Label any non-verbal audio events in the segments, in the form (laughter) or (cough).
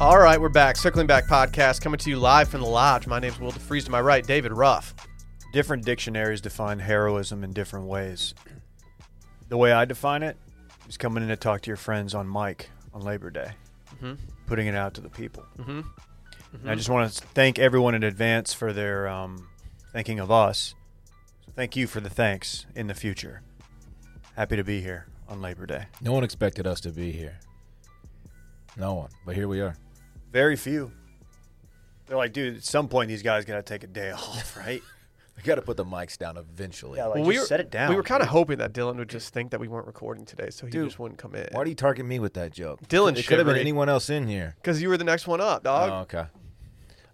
All right, we're back. Circling Back podcast coming to you live from the lodge. My name's Will DeFries. To my right, David Ruff. Different dictionaries define heroism in different ways. The way I define it is coming in to talk to your friends on mic on Labor Day, Mm-hmm. putting it out to the people. And I just want to thank everyone in advance for their um, thinking of us. So thank you for the thanks in the future. Happy to be here on Labor Day. No one expected us to be here. No one. But here we are. Very few. They're like, dude, at some point these guys got to take a day (laughs) off, right? We got to put the mics down eventually. Yeah, like Well, just set it down. We were kind of dude. hoping that Dylan would just think that we weren't recording today, so he Dude, just wouldn't come in. Why do you target me with that joke? Dylan It could have been Shivery. anyone else in here. Because you were the next one up, dog. Oh, okay.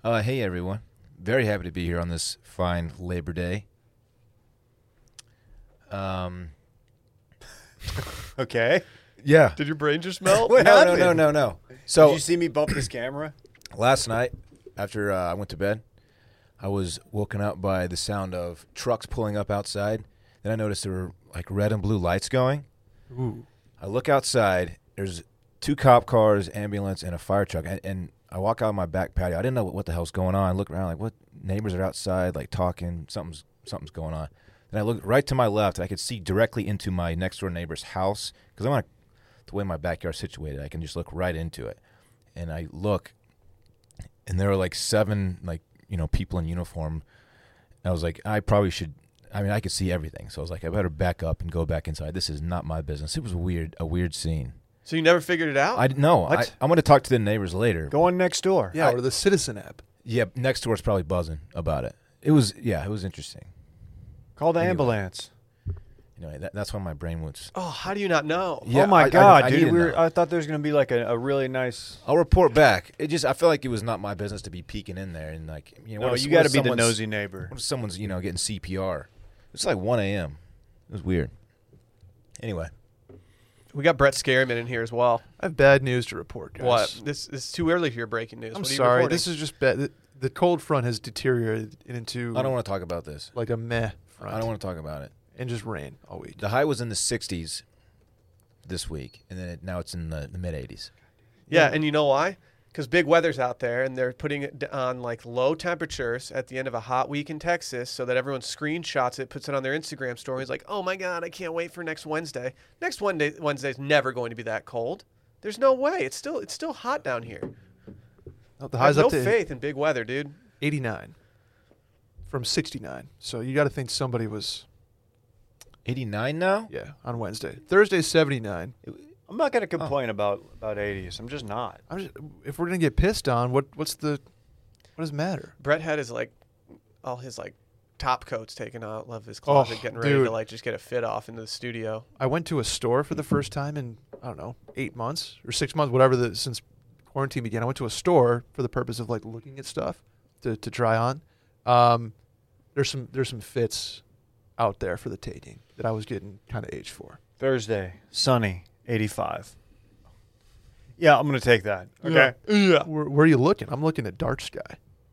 Uh, hey, everyone. Very happy to be here on this fine Labor Day. Um. Okay. Yeah. Did your brain just (laughs) melt? What no, no, no, happened? no, no. Did So you see me bump this camera? last night, after uh, I went to bed, I was woken up by the sound of trucks pulling up outside. Then I noticed there were like red and blue lights going. I look outside. There's two cop cars, ambulance, and a fire truck. And, and I walk out my back patio. I didn't know what, what the hell's going on. I look around like what neighbors are outside, like talking. Something's something's going on. Then I look right to my left. And I could see directly into my next door neighbor's house because I'm on the way my backyard's situated. I can just look right into it. And I look, and there were like seven like you know people in uniform. I was like, I probably should. I mean, I could see everything, so I was like, I better back up and go back inside. This is not my business. It was weird, a weird scene. So you never figured it out? I no, I, What? I'm going to talk to the neighbors later. Go on next door. Yeah, or the Citizen app. Yeah, next door's probably buzzing about it. It was yeah, it was interesting. Call the Anyway. ambulance. Anyway, that, that's why my brain was. oh, how do you not know? Yeah, oh my I- I- god, I dude! didn't We were, know. I thought there was gonna be like a, a really nice. I'll report back. It just I feel like it was not my business to be peeking in there and like you know No, what if- you what got to if be the someone's- nosy neighbor. What if someone's you know getting CPR? It's like 1 a.m. It was weird. Anyway, We got Brett Scarryman in here as well. I have bad news to report, guys. What? This, this is too early for your breaking news. I'm What are you sorry. recording? This is just bad. The, the cold front has deteriorated into I don't want to talk about this. like a meh front I don't want to talk about it. and just rain all week. The high was in the 60s this week, and then it, now it's in the, the mid 80s. Yeah, and you know why? Because big weather's out there, and they're putting it d- on like low temperatures at the end of a hot week in Texas, so that everyone screenshots it, puts it on their Instagram stories, like, "Oh my God, I can't wait for next Wednesday." Next Wednesday, Wednesday's never going to be that cold. There's no way. It's still it's still hot down here. No, Oh, the I have highs no up to faith in big weather, dude. 89 from 69. So you got to think somebody was 89 now? yeah on Wednesday. Thursday 79. I'm not Oh. gonna complain about about 80s. I'm just not. I'm just, if we're gonna get pissed on, what what's the what does it matter? Brett had his like all his like top coats taken out, left his closet, getting ready Oh, dude. to like just get a fit off into the studio. I went to a store for the first time in I don't know eight months or six months, whatever the since quarantine began. I went to a store for the purpose of like looking at stuff to, to try on. Um, there's some there's some fits out there for the taking that I was getting kind of aged for. Thursday, sunny, 85. Yeah, I'm gonna take that. Okay. Yeah. Where, where are you looking? I'm looking at Dart Sky.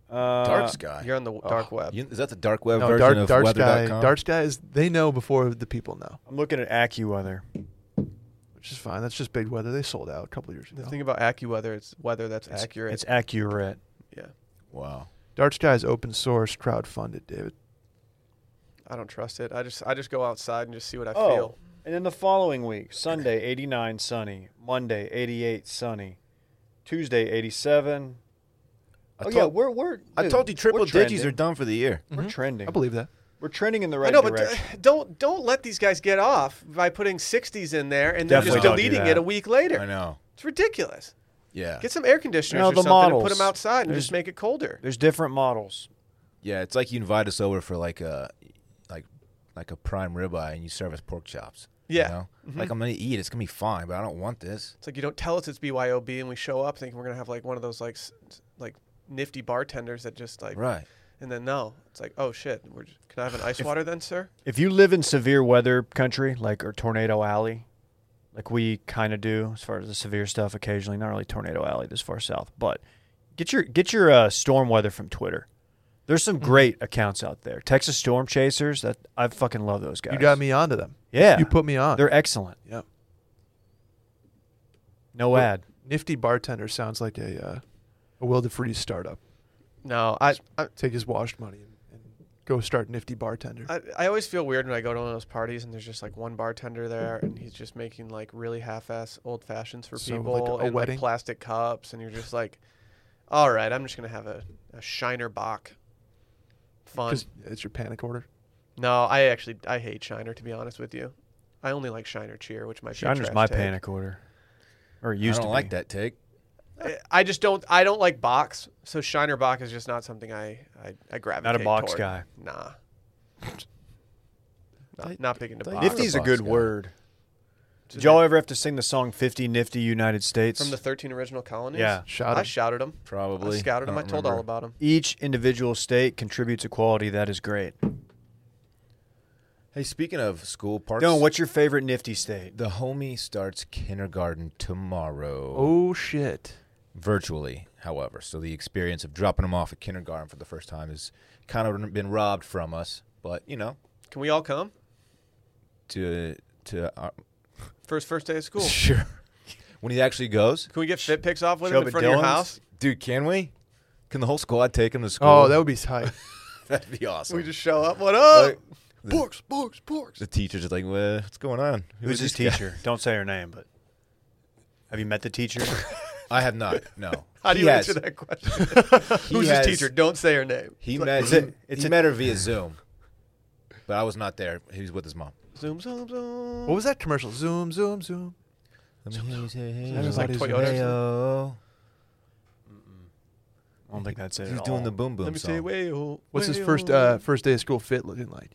Uh, Dark Sky. You're on the w Oh, dark web. You- is that the dark web No, version Dart, of Dart Sky. weather.com? Dart Sky is they know before the people know, I'm looking at AccuWeather. which is fine. That's just big weather. They sold out a couple years The ago. thing about AccuWeather, it's weather that's It's- accurate. It's accurate. yeah, Wow. Dart Sky is open source, crowd funded. David. I don't trust it. I just I just go outside and just see what I Oh, feel. and then the following week, Sunday, 89, sunny. Monday, 88, sunny. Tuesday, 87. oh I told, yeah, we're we're. I dude, told you triple we're digits trending. Mm, are done for the year. We're trending. I believe that. We're trending in the I right know, but direction. d- don't don't let these guys get off by putting 60s in there and then just Definitely don't do deleting that. it a week later. I know. It's ridiculous. Yeah. Get some air conditioners No, or the something and put models. them outside and There's- just make it colder. There's different models. Yeah, it's like you invite us over for like a like like a prime ribeye and you serve us pork chops. you Yeah. know? Like I'm going to eat. It's going to be fine, but I don't want this. It's like you don't tell us it's BYOB and we show up thinking we're gonna have like one of those like s- s- like nifty bartenders that just like Right. and then no, it's like oh shit, we're just, can I (laughs) have an ice water then, sir? If you live in severe weather country, like or tornado alley, like we kind of do, as far as the severe stuff, occasionally, not really tornado alley this far south, but get your get your uh, storm weather from Twitter. There's some great accounts out there. Texas Storm Chasers, that I fucking love those guys. You got me onto them. Yeah, You put me on. They're excellent. Yep. No ad. Nifty bartender sounds like a uh, a Will DeFreeze startup. No, I, I Take his washed money and, and go start Nifty bartender. I I always feel weird when I go to one of those parties and there's just like one bartender there and he's just making like really half-ass old fashions for So, like, people a and wedding? like plastic cups and you're just like, all right, I'm just gonna have a, a Shiner Bach. Fun. Because it's your panic order. No, I actually I hate Shiner to be honest with you. I only like Shiner Cheer, which might be a Shiner's trash my take. panic order, or it used I don't to like be. that take. I- I just don't. I don't like box, so Shiner Bach is just not something I I, I gravitate. box toward. guy. Nah. not, not big into thought box. you were Nifty's a Box good guy. word. Did y'all ever have to sing the song "50 Nifty United States"? from the thirteen original colonies. Yeah. Shout I out. shouted them. Probably. I scouted them. I don't told all remember. about them. Each individual state contributes a quality that is great. Hey, speaking of school parks, No, what's your favorite Nifty state? the homie starts kindergarten tomorrow. oh shit. virtually, however. So the experience of dropping them off at kindergarten for the first time has kind of been robbed from us. But you know, Can we all come? to to our, First first day of school. sure when he actually goes, Can we get fit pics off with Show him up in at front of your Dylan's? house? dude. Can we? Can the whole squad take him to school? (laughs) Oh, that would be tight. that'd be awesome. We just show up. What up? Like, the, books, books. the teacher's just like, well, what's going on? Who Who's is his this guy?" teacher? Don't say her name, but have you met the teacher? I have not. No. How do He you has. answer that question? He Who's has- his teacher? Don't say her name. He met. It's a- he it's a- met her via Zoom, but I was not there. He was with his mom. Zoom zoom zoom. What was that commercial? Zoom, zoom, zoom. That That was like Toyota or something? I don't think that's it. He's at doing all. the boom boom oh. Let me song. say, wayo, What's his wayo. first uh, first day of school fit looking like?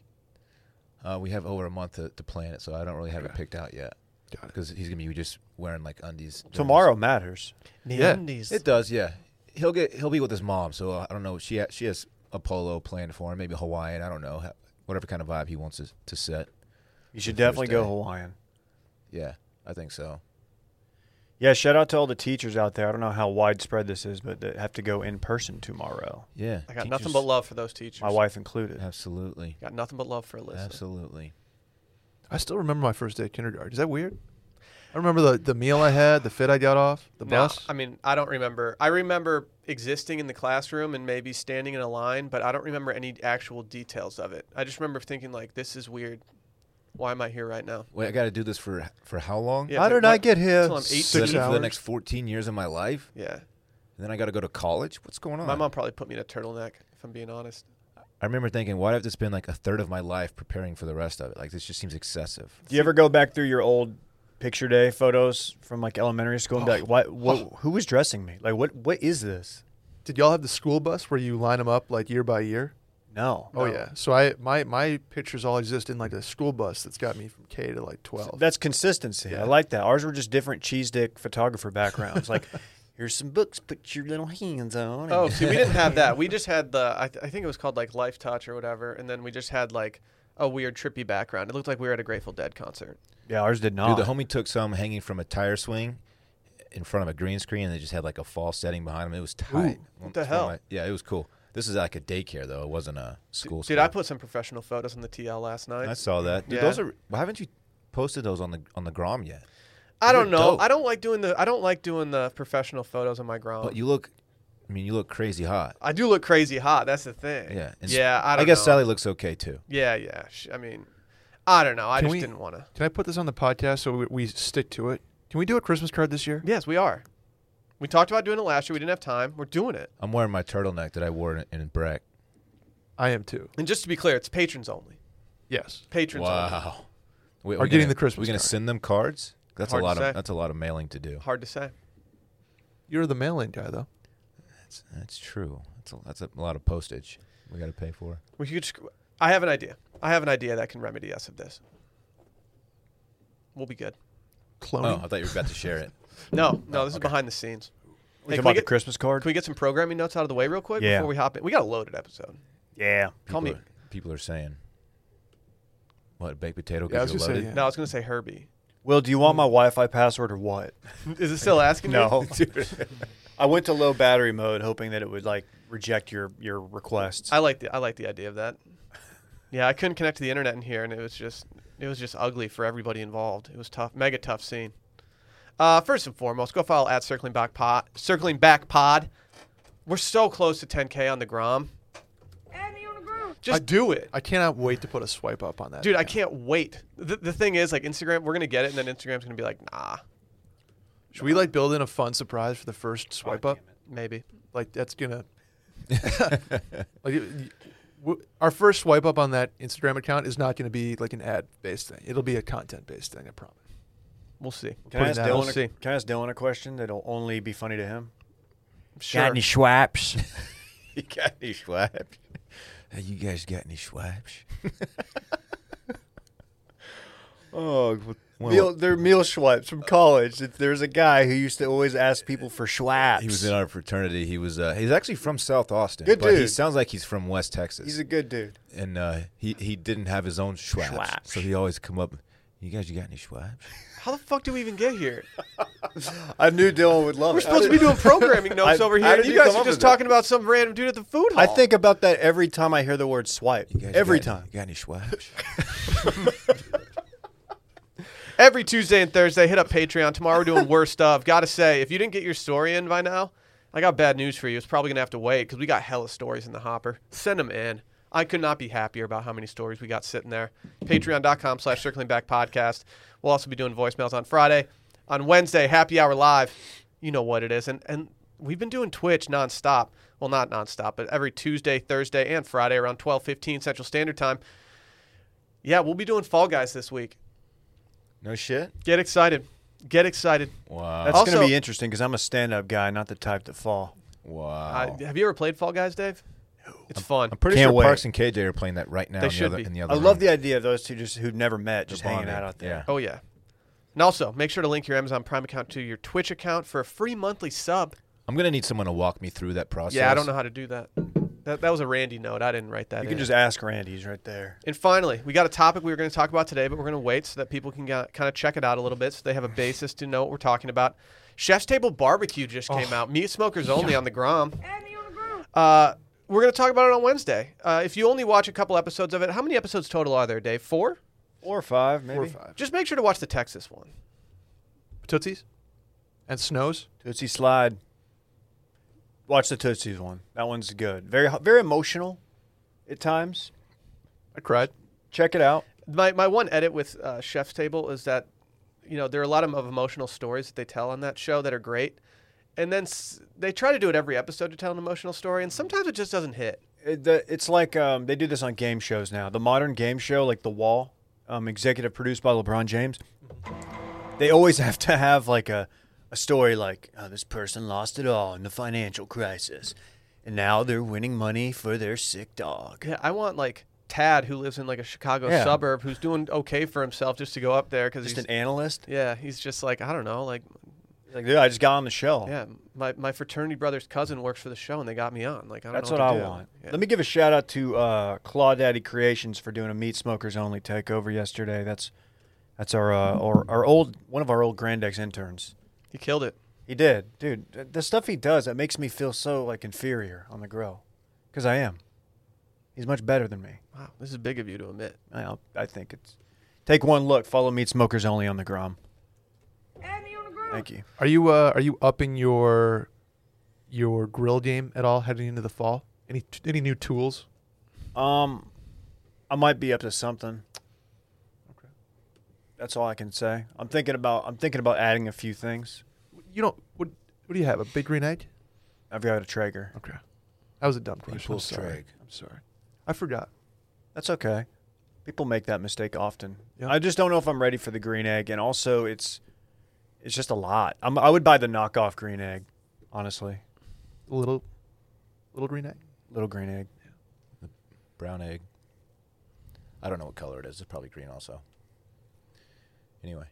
Uh, we have over a month to, to plan it, so I don't really have it picked out yet Got because he's gonna be just wearing like undies during tomorrow matters. Yeah. this- Neandies. It does, yeah. He'll get he'll be with his mom, so uh, I don't know. She ha- she has a polo planned for him, maybe Hawaiian. I don't know, ha- whatever kind of vibe he wants to, to set. You should The first definitely go day. Hawaiian. Yeah, I think so. Yeah, shout out to all the teachers out there. I don't know how widespread this is, but that have to go in person tomorrow. Yeah, I got teachers- nothing but love for those teachers. My wife included. Absolutely, Got nothing but love for Alyssa. absolutely. I still remember my first day of kindergarten. Is that weird? I remember the, the meal I had, the fit I got off, the No, bus. I mean, I don't remember. I remember existing in the classroom and maybe standing in a line, but I don't remember any actual details of it. I just remember thinking like, "This is weird. Why am I here right now?" Wait, I got to do this for for how long? Yeah, How but did I what- get here? Till I'm Six 18. Six for the hours? next fourteen years of my life, Yeah, and then I got to go to college. What's going on? my mom probably put me in a turtleneck. If I'm being honest, I remember thinking, why do I have to spend like a third of my life preparing for the rest of it? Like this just seems excessive. Do you ever go back through your old picture day photos from like elementary school and be Oh. like, "What? what Who was dressing me? Like, what? What is this?" Did y'all have the school bus where you line them up like year by year? No. Oh yeah. So I my my pictures all exist in like a school bus that's got me from K to like twelve. That's consistency. Yeah. I like that. Ours were just different cheese dick photographer backgrounds. like, (laughs) here's some books. Put your little hands on. and- oh, see, we didn't have that. We just had the. I, th- I think it was called like Life Touch or whatever, and then we just had like a weird trippy background. It looked like we were at a Grateful Dead concert. (laughs) yeah, ours did not. Dude, the homie took some hanging from a tire swing in front of a green screen, and they just had like a false setting behind him. It was tight. what the It's one of hell? yeah, it was cool. This is like a daycare though. It wasn't a school. Dude, I school. put some professional photos on the TL last night. I saw that. Dude, Yeah. those are. Why haven't you posted those on the on the Grom yet? I They're don't know. dope. I don't like doing the. I don't like doing the professional photos on my ground. But you look. I mean, you look crazy hot. I do look crazy hot. That's the thing. Yeah. and yeah. I, don't guess know. Sally looks okay too. Yeah, yeah. Sh- I mean, I don't know. I Can just we- didn't want to. Can I put this on the podcast so we, we stick to it? Can we do a Christmas card this year? Yes, we are. We talked about doing it last year. We didn't have time. We're doing it. I'm wearing my turtleneck that I wore in, in Breck. I am too. And just to be clear, it's patrons only. Yes. Patrons only. Wow. Wait, Or getting gonna- the Christmas We're gonna card. send them cards. That's Hard a to lot of say. that's a lot of mailing to do. Hard to say. You're the mail-in guy though. That's, that's true. That's a, that's a lot of postage we got to pay for. We could. Just, I have an idea. I have an idea that can remedy us of this. We'll be good. Oh, Cloning. I thought you were about to share it. No, no. This is okay. behind the scenes. we Hey, talking can we about the get- Christmas card. Can we get some programming notes out of the way real quick Yeah. before we hop in? We got a loaded episode. yeah. Call people me. Are, people are saying, "What baked potato?" Yeah, I Because was you're gonna say, loaded. yeah. No, I was gonna say Herbie. (laughs) Will, do you Hmm. want my Wi-Fi password or what? Is it still asking? you? (laughs) No. I went to low battery mode, hoping that it would like reject your your requests. I like the I like the idea of that. Yeah, I couldn't connect to the internet in here, and it was just it was just ugly for everybody involved. It was tough, mega tough scene. Uh, first and foremost, go follow at Circling Back Pod. Circling Back Pod. We're so close to 10K on the Grom. Just do it. I cannot wait to put a swipe up on that. Dude, I account. can't wait. The, the thing is, like, Instagram, we're going to get it, and then Instagram's going to be like, nah, Should we like build in a fun surprise for the first swipe up? maybe. Like that's gonna. (laughs) like, it- y- w- our first swipe up on that Instagram account is not going to be like an ad based thing. It'll be a content based thing. I promise. We'll see. Can I, ask Putting that out. Dylan See. a, can I ask Dylan a question that'll only be funny (laughs) to him? Sure. schwaps? (laughs) You got any swipes? you guys got any swipes? (laughs) oh, Well- meal, they're meal swipes from college. It's- There's a guy who used to always ask people for schwaps. He was in our fraternity. He was uh, he's actually from South Austin, Good but he dude. sounds like he's from West Texas. He's a good dude. and uh, he he didn't have his own schwaps, Schwaps. so he always come up. You guys, you got any schwaps? How the fuck do we even get here? I knew Dylan would love We're it. supposed to be doing programming notes (laughs) I- over here. I- and you you, guys guys come are up just with it. talking about some random dude at the food hall. I think about that every time I hear the word swipe. You guys Every got- time. You got (laughs) any schwaps? every Tuesday and Thursday, hit up Patreon. Tomorrow we're doing worst of. Gotta say, if you didn't get your story in by now, I got bad news for you. It's probably gonna have to wait because we got hella stories in the hopper. Send them in. I could not be happier about how many stories we got sitting there. Patreon.com slash circling back podcast. We'll also be doing voicemails on Friday. On Wednesday, happy hour live. You know what it is. And and we've been doing Twitch nonstop. Well, not nonstop, but every Tuesday, Thursday, and Friday around twelve fifteen Central Standard Time. Yeah, we'll be doing Fall Guys this week. no shit. Get excited. Get excited. Wow. That's going Also- to be interesting because I'm a stand up guy, not the type to fall. wow. Uh, have you ever played Fall Guys, Dave? No. It's fun. I'm pretty Can't sure wait. Parks and KJ are playing that right now. They in the should other, be. In the other I love room. the idea of those two just who've never met, just hanging bonding. out out there. oh, yeah. And also, make sure to link your Amazon Prime account to your Twitch account for a free monthly sub. I'm gonna need someone to walk me through that process. Yeah, I don't know how to do that. That, that was a Randy note. I didn't write that in. You can just ask Randy. He's right there. and finally, we got a topic we were going to talk about today, but we're going to wait so that people can kind of check it out a little bit so they have a basis to know what we're talking about. Chef's Table Barbecue just came out. Meat Smokers Only on the Grom. Uh, we're going to talk about it on Wednesday. Uh, if you only watch a couple episodes of it, how many episodes total are there, Dave? Four? Four or five, maybe. Four or five. Just make sure to watch the Texas one. Tootsies and snows. Tootsie Slide. Watch the Tootsies one. That one's good. Very, very emotional at times. I cried. Check it out. My my one edit with uh, Chef's Table is that, you know, there are a lot of, of emotional stories that they tell on that show that are great, and then s- they try to do it every episode to tell an emotional story, and sometimes it just doesn't hit. It, the, it's like um, they do this on game shows now. The modern game show, like The Wall, um, executive produced by LeBron James, they always (laughs) have to have like a, a story like oh, this person lost it all in the financial crisis, and now they're winning money for their sick dog. Yeah, I want like Tad who lives in like a Chicago Yeah. suburb who's doing okay for himself just to go up there because Just he's an analyst. yeah he's just like I don't know like Like, dude, I just got on the show. yeah my, my fraternity brother's cousin works for the show and they got me on like I don't That's know what I to do. want. Yeah. Let me give a shout out to uh, Claw Daddy Creations for doing a meat smokers only takeover yesterday. That's that's our uh, our, our old one of our old Grandex interns. he killed it. He did, dude. th- The stuff he does that makes me feel so like inferior on the grill, because I am. He's much better than me. Wow, this is big of you to admit. I, I think it's. Take one look. Follow meat smokers only on the Grom. Thank you. Are you uh, are you upping your your grill game at all heading into the fall? Any t- any new tools? Um, I might be up to something. Okay. That's all I can say. I'm thinking about. I'm thinking about adding a few things. You don't. What What do you have? A big green egg? I've got a Traeger. Okay, that was a dumb question. I'm People's sorry. Drake. I'm sorry. I forgot. That's okay. People make that mistake often. Yeah. I just don't know if I'm ready for the green egg, and also it's it's just a lot. I'm, I would buy the knockoff green egg, honestly. A little little green egg. Little green egg. Brown egg. I don't know what color it is. It's probably green also. Anyway.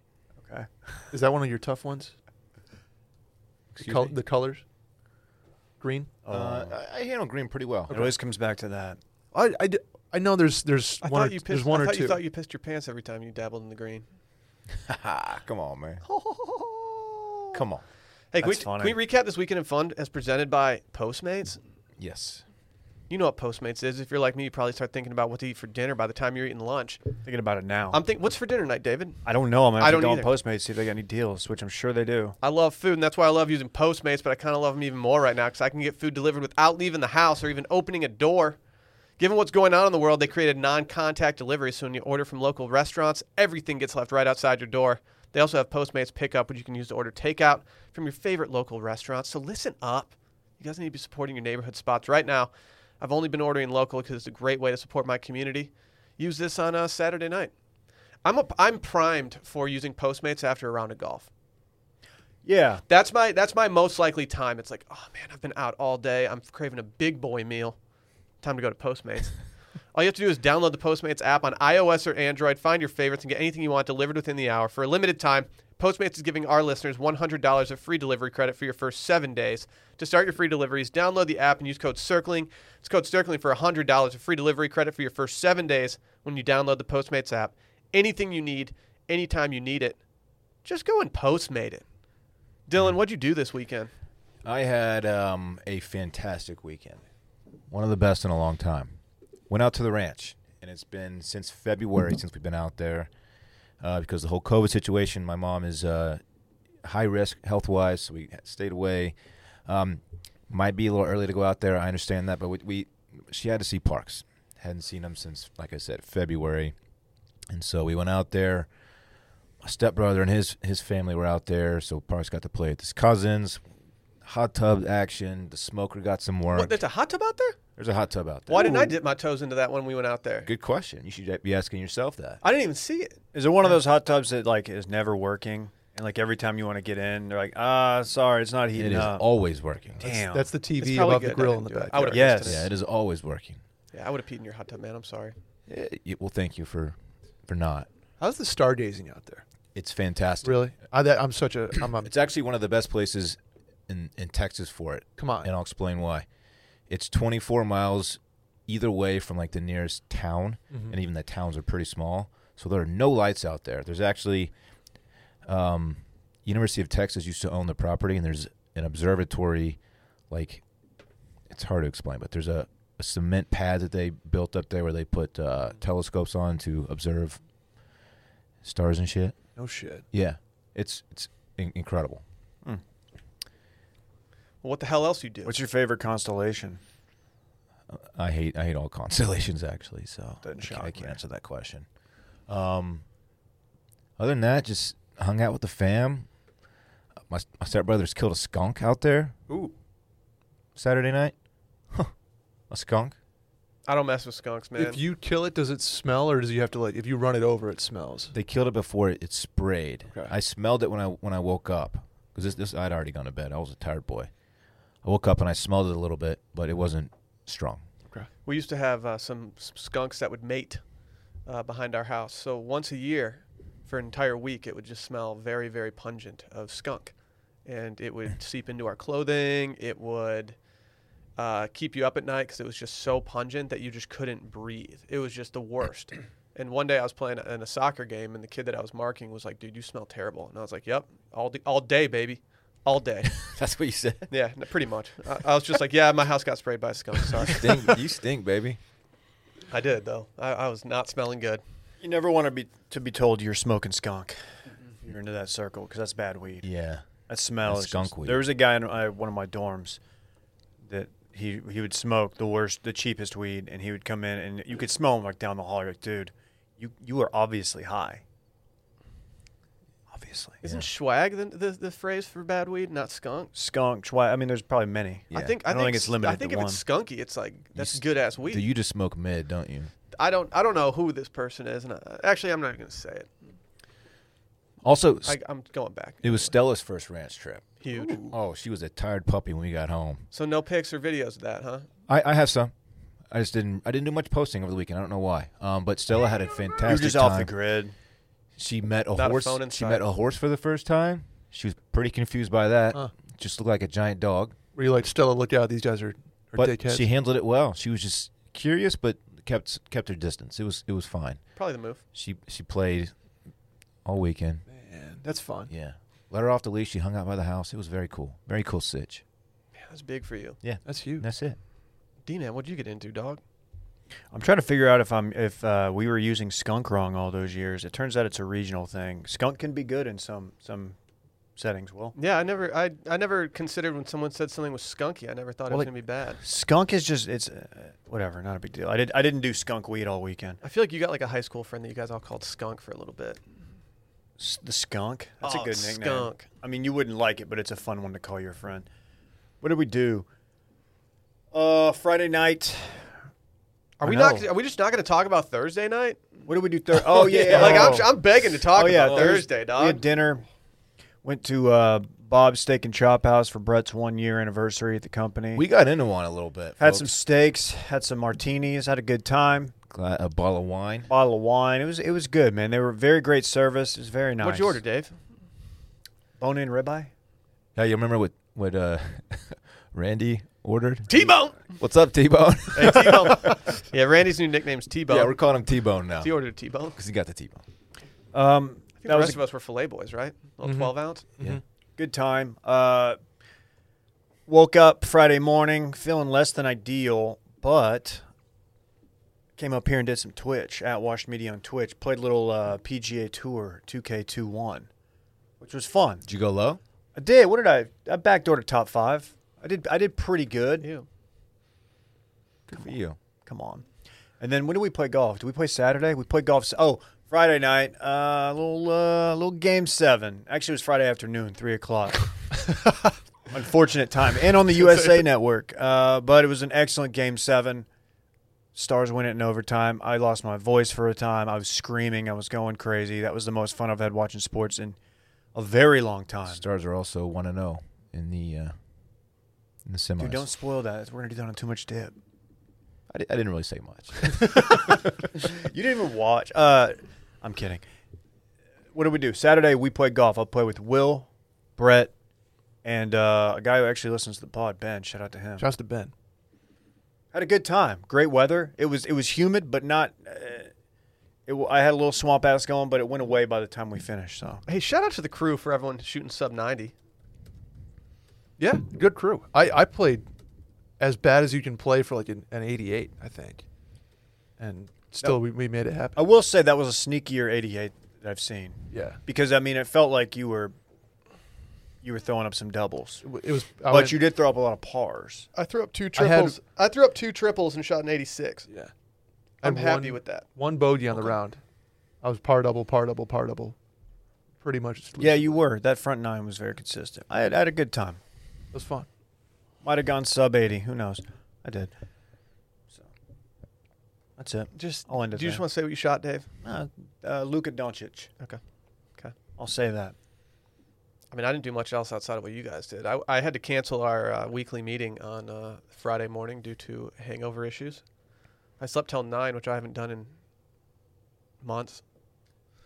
Okay. Is that one of your tough ones? The, Excuse col- me? the colors. Green. Uh, I, I handle green pretty well. It Oh. always comes back to that. I, I, d- I know there's there's I one or, thought you there's pissed, one I or thought two. you thought you pissed your pants every time you dabbled in the green. (laughs) Come on, man. (laughs) Come on. Hey, can we, That's funny. can we recap this weekend in fun as presented by Postmates? Yes. You know what Postmates is. If you're like me, you probably start thinking about what to eat for dinner by the time you're eating lunch. Thinking about it now. I'm thinking, what's for dinner tonight, David? I don't know. I'm gonna I have to don't go on either. Postmates see if they got any deals, which I'm sure they do. I love food, and that's why I love using Postmates, but I kind of love them even more right now because I can get food delivered without leaving the house or even opening a door. Given what's going on in the world, they created non contact delivery, so when you order from local restaurants, everything gets left right outside your door. They also have Postmates pickup, which you can use to order takeout from your favorite local restaurants. So listen up. You guys need to be supporting your neighborhood spots right now. I've only been ordering local because it's a great way to support my community. Use this on uh, Saturday night. I'm, up, I'm primed for using Postmates after a round of golf. Yeah. That's my that's my most likely time. It's like, oh man, I've been out all day. I'm craving a big boy meal. Time to go to Postmates. all you have to do is download the Postmates app on iOS or Android, find your favorites, and get anything you want delivered within the hour. For a limited time, Postmates is giving our listeners $100 of free delivery credit for your first seven days. To start your free deliveries, download the app and use code CIRCLING. It's code CIRCLING for $100 of free delivery credit for your first seven days when you download the Postmates app. Anything you need, anytime you need it, just go and Postmate it. Dylan, what'd you do this weekend? I had um, a fantastic weekend, one of the best in a long time. Went out to the ranch, and it's been since February since we've been out there uh, because the whole COVID situation. My mom is uh, high risk health wise, so we stayed away. Um, might be a little early to go out there. I understand that, but we, we she had to see parks. Hadn't seen them since, like I said, February, and so we went out there my stepbrother and his his family were out there, so Parks got to play with his cousins. Hot tub action. The smoker got some work. What, there's a hot tub out there? There's a hot tub out there. Why didn't I dip my toes into that when we went out there? Good question. You should be asking yourself that. I didn't even see it. Is it one of those hot tubs that like is never working, and like every time you want to get in, they're like, ah, sorry, it's not It heating is up. always working. Damn. That's the It's TV probably above the good I grill in the didn't do it. back. I would have Yes. Yeah, it is always working. Yeah, I would have peed in your hot tub, man. I'm sorry. Eh, y- well, thank you for for not. How's the stargazing out there? It's (clears throat) fantastic. Really? I, that, I'm such a. I'm a It's actually one of the best places in in Texas for it. come on. and I'll explain why. It's 24 miles either way from like the nearest town, and even the towns are pretty small, so there are no lights out there. There's actually, um, University of Texas used to own the property, and there's an observatory, like, it's hard to explain, but there's a, a cement pad that they built up there where they put uh, telescopes on to observe stars and shit. No shit. Yeah, it's it's in- incredible. Well, what the hell else you do? What's your favorite constellation? I hate I hate all (laughs) constellations actually. So Doesn't I, shock can't, I can't me. answer that question. Um, other than that, just hung out with the fam. My my stepbrother's killed a skunk out there Ooh. Saturday night. Huh. A skunk? I don't mess with skunks, man. If you kill it, does it smell, or does you have to like? If you run it over, it smells. They killed it before it, it sprayed. Okay. I smelled it when I when I woke up because this, this I'd already gone to bed. I was a tired boy. I woke up and I smelled it a little bit, but it wasn't strong. we used to have uh, some s- skunks that would mate uh, behind our house. So once a year, for an entire week, it would just smell very, very pungent of skunk, and it would seep into our clothing. It would uh, keep you up at night because it was just so pungent that you just couldn't breathe. It was just the worst. and one day I was playing in a soccer game, and the kid that I was marking was like, "Dude, you smell terrible," and I was like, "Yep, all d- all day, baby, all day." (laughs) That's what you said. yeah, n- pretty much. I, I was just like, "Yeah, my house got sprayed by a skunk." (laughs) Sorry. Stink, (laughs) you stink, baby. I did though. I, I was not smelling good. You never want to be to be told you're smoking skunk. You're into that circle because that's bad weed. Mm-hmm. Yeah. That smell That's is just- skunk weed. There was a guy in uh, one of my dorms that he he would smoke the worst, the cheapest weed, and he would come in and you could smell him like down the hall. You're like, dude, you you are obviously high. Obviously, Isn't swag the, the the phrase for bad weed, not skunk? skunk. Why? I mean, there's probably many. Yeah. I think I, I don't think it's s- I limited think to if it's skunky, it's like that's s- good ass weed. Do you just smoke mid, don't you? I don't I don't know who this person is, and I, actually I'm not gonna say it. Also, I, I'm going back. It was Stella's first ranch trip. huge. Oh, she was a tired puppy when we got home. So no pics or videos of that, huh? I, I have some. I just didn't. I didn't do much posting over the weekend. I don't know why. Um, but Stella had a fantastic You're just time. off the grid. She met a Without a horse. phone in she sight. met a horse for the first time. She was pretty confused by that. Huh. Just looked like a giant dog. Where you like Stella? Look out! These guys are, are but dickheads. she handled it well. She was just curious, but kept kept her distance. It was it was fine. Probably the move. She she played all weekend. Man, that's fun. Yeah. Let her off the leash. She hung out by the house. It was very cool. Very cool sitch. Man, that's big for you. That's huge. And that's it. D-Man, what'd you get into, dog? I'm trying to figure out if I'm if uh, we were using skunk wrong all those years. It turns out it's a regional thing. Skunk can be good in some some settings. Well, Yeah, I never, I, I never considered when someone said something was skunky. I never thought Well, it was like- gonna be bad. skunk is just it's uh, whatever, not a big deal. I did I didn't do skunk weed all weekend. I feel like you got like a high school friend that you guys all called skunk for a little bit. S- the skunk. That's Oh, a good nickname. Skunk. I mean, you wouldn't like it, but it's a fun one to call your friend. What did we do? Uh, Friday night. Are I we not? know. Are we just not gonna talk about Thursday night? What did we do Thursday? (laughs) Oh yeah, yeah. like I'm, oh. I'm begging to talk oh yeah, about Thurs- Thursday, We dog. had dinner. Went to uh, Bob's Steak and Chop House for Brett's one year anniversary at the company. We got into one a little bit. Had folks. some steaks, had some martinis, had a good time. Gla- a bottle of wine. Bottle of wine. It was it was good, man. They were very great service. It was very nice. What'd you order, Dave? Bone in ribeye. Now you remember what what uh, (laughs) Randy ordered? (laughs) T-bone. What's up, T Bone? Hey, T-bone. (laughs) yeah, Randy's new nickname's T-bone. (laughs) yeah, we're calling him T Bone (laughs) now he ordered a T-bone. because he got the T Bone. Um, I think that the was rest a Mm-hmm. of us were fillet boys, right? Little Mhm. 12 ounce. Yeah. good time. Uh, woke up Friday morning feeling less than ideal, but came up here and did some Twitch at Washed Media on Twitch. Played a little uh, PGA Tour 2K21, which was fun. Did you go low? I did. What did I? I backdoor to top five. I did. I did pretty good. Ew. Good for you. Come on. And then when do we play golf? Do we play Saturday? We play golf. s- Oh, Friday night. Uh, a little, uh, little game seven. Actually, it was Friday afternoon, three o'clock. Unfortunate time, and on the USA Network. Uh, but it was an excellent game seven. Stars win it in overtime. I lost my voice for a time. I was screaming. I was going crazy. That was the most fun I've had watching sports in a very long time. Stars are also one and zero in the uh, in the semis. Dude, don't spoil that. We're gonna do that on too much dip. I, di- I didn't really say (laughs) much. (laughs) You didn't even watch. Uh, I'm kidding. What do we do? Saturday we play golf. I'll play with Will, Brett, and uh, a guy who actually listens to the pod, Ben. Shout out to him. Shouts to Ben. Had a good time. Great weather. It was it was humid, but not. Uh, it, wa- I had a little swamp ass going, but it went away by the time we finished. So Hey, shout out to the crew for everyone shooting sub 90. Yeah, good crew. I, I played as bad as you can play for like an, an 88, I think. And still, we, we made it I Oh. happen. will say that was a sneakier 88 that I've seen Yeah. because I mean it felt like you were you were throwing up some doubles, It wa- It was. I but went- you did throw up a lot of pars. I threw up two I had- triples. I, threw up two triples and shot an 86. Yeah. I'm And happy one- with that. One bogey on the round. I was par double, par double, par double. Pretty much. exclusively. Yeah, you were. That front nine was very consistent. I had, I had a good time. It was fun. Might have gone sub 80. Who knows? I did. So that's it. Just I'll end do it. you just there. want to say what you shot, Dave? uh, uh, Luka Doncic. Okay. Okay. I'll say that. I mean, I didn't do much else outside of what you guys did. I, I had to cancel our uh, weekly meeting on uh, Friday morning due to hangover issues. I slept till nine, which I haven't done in months.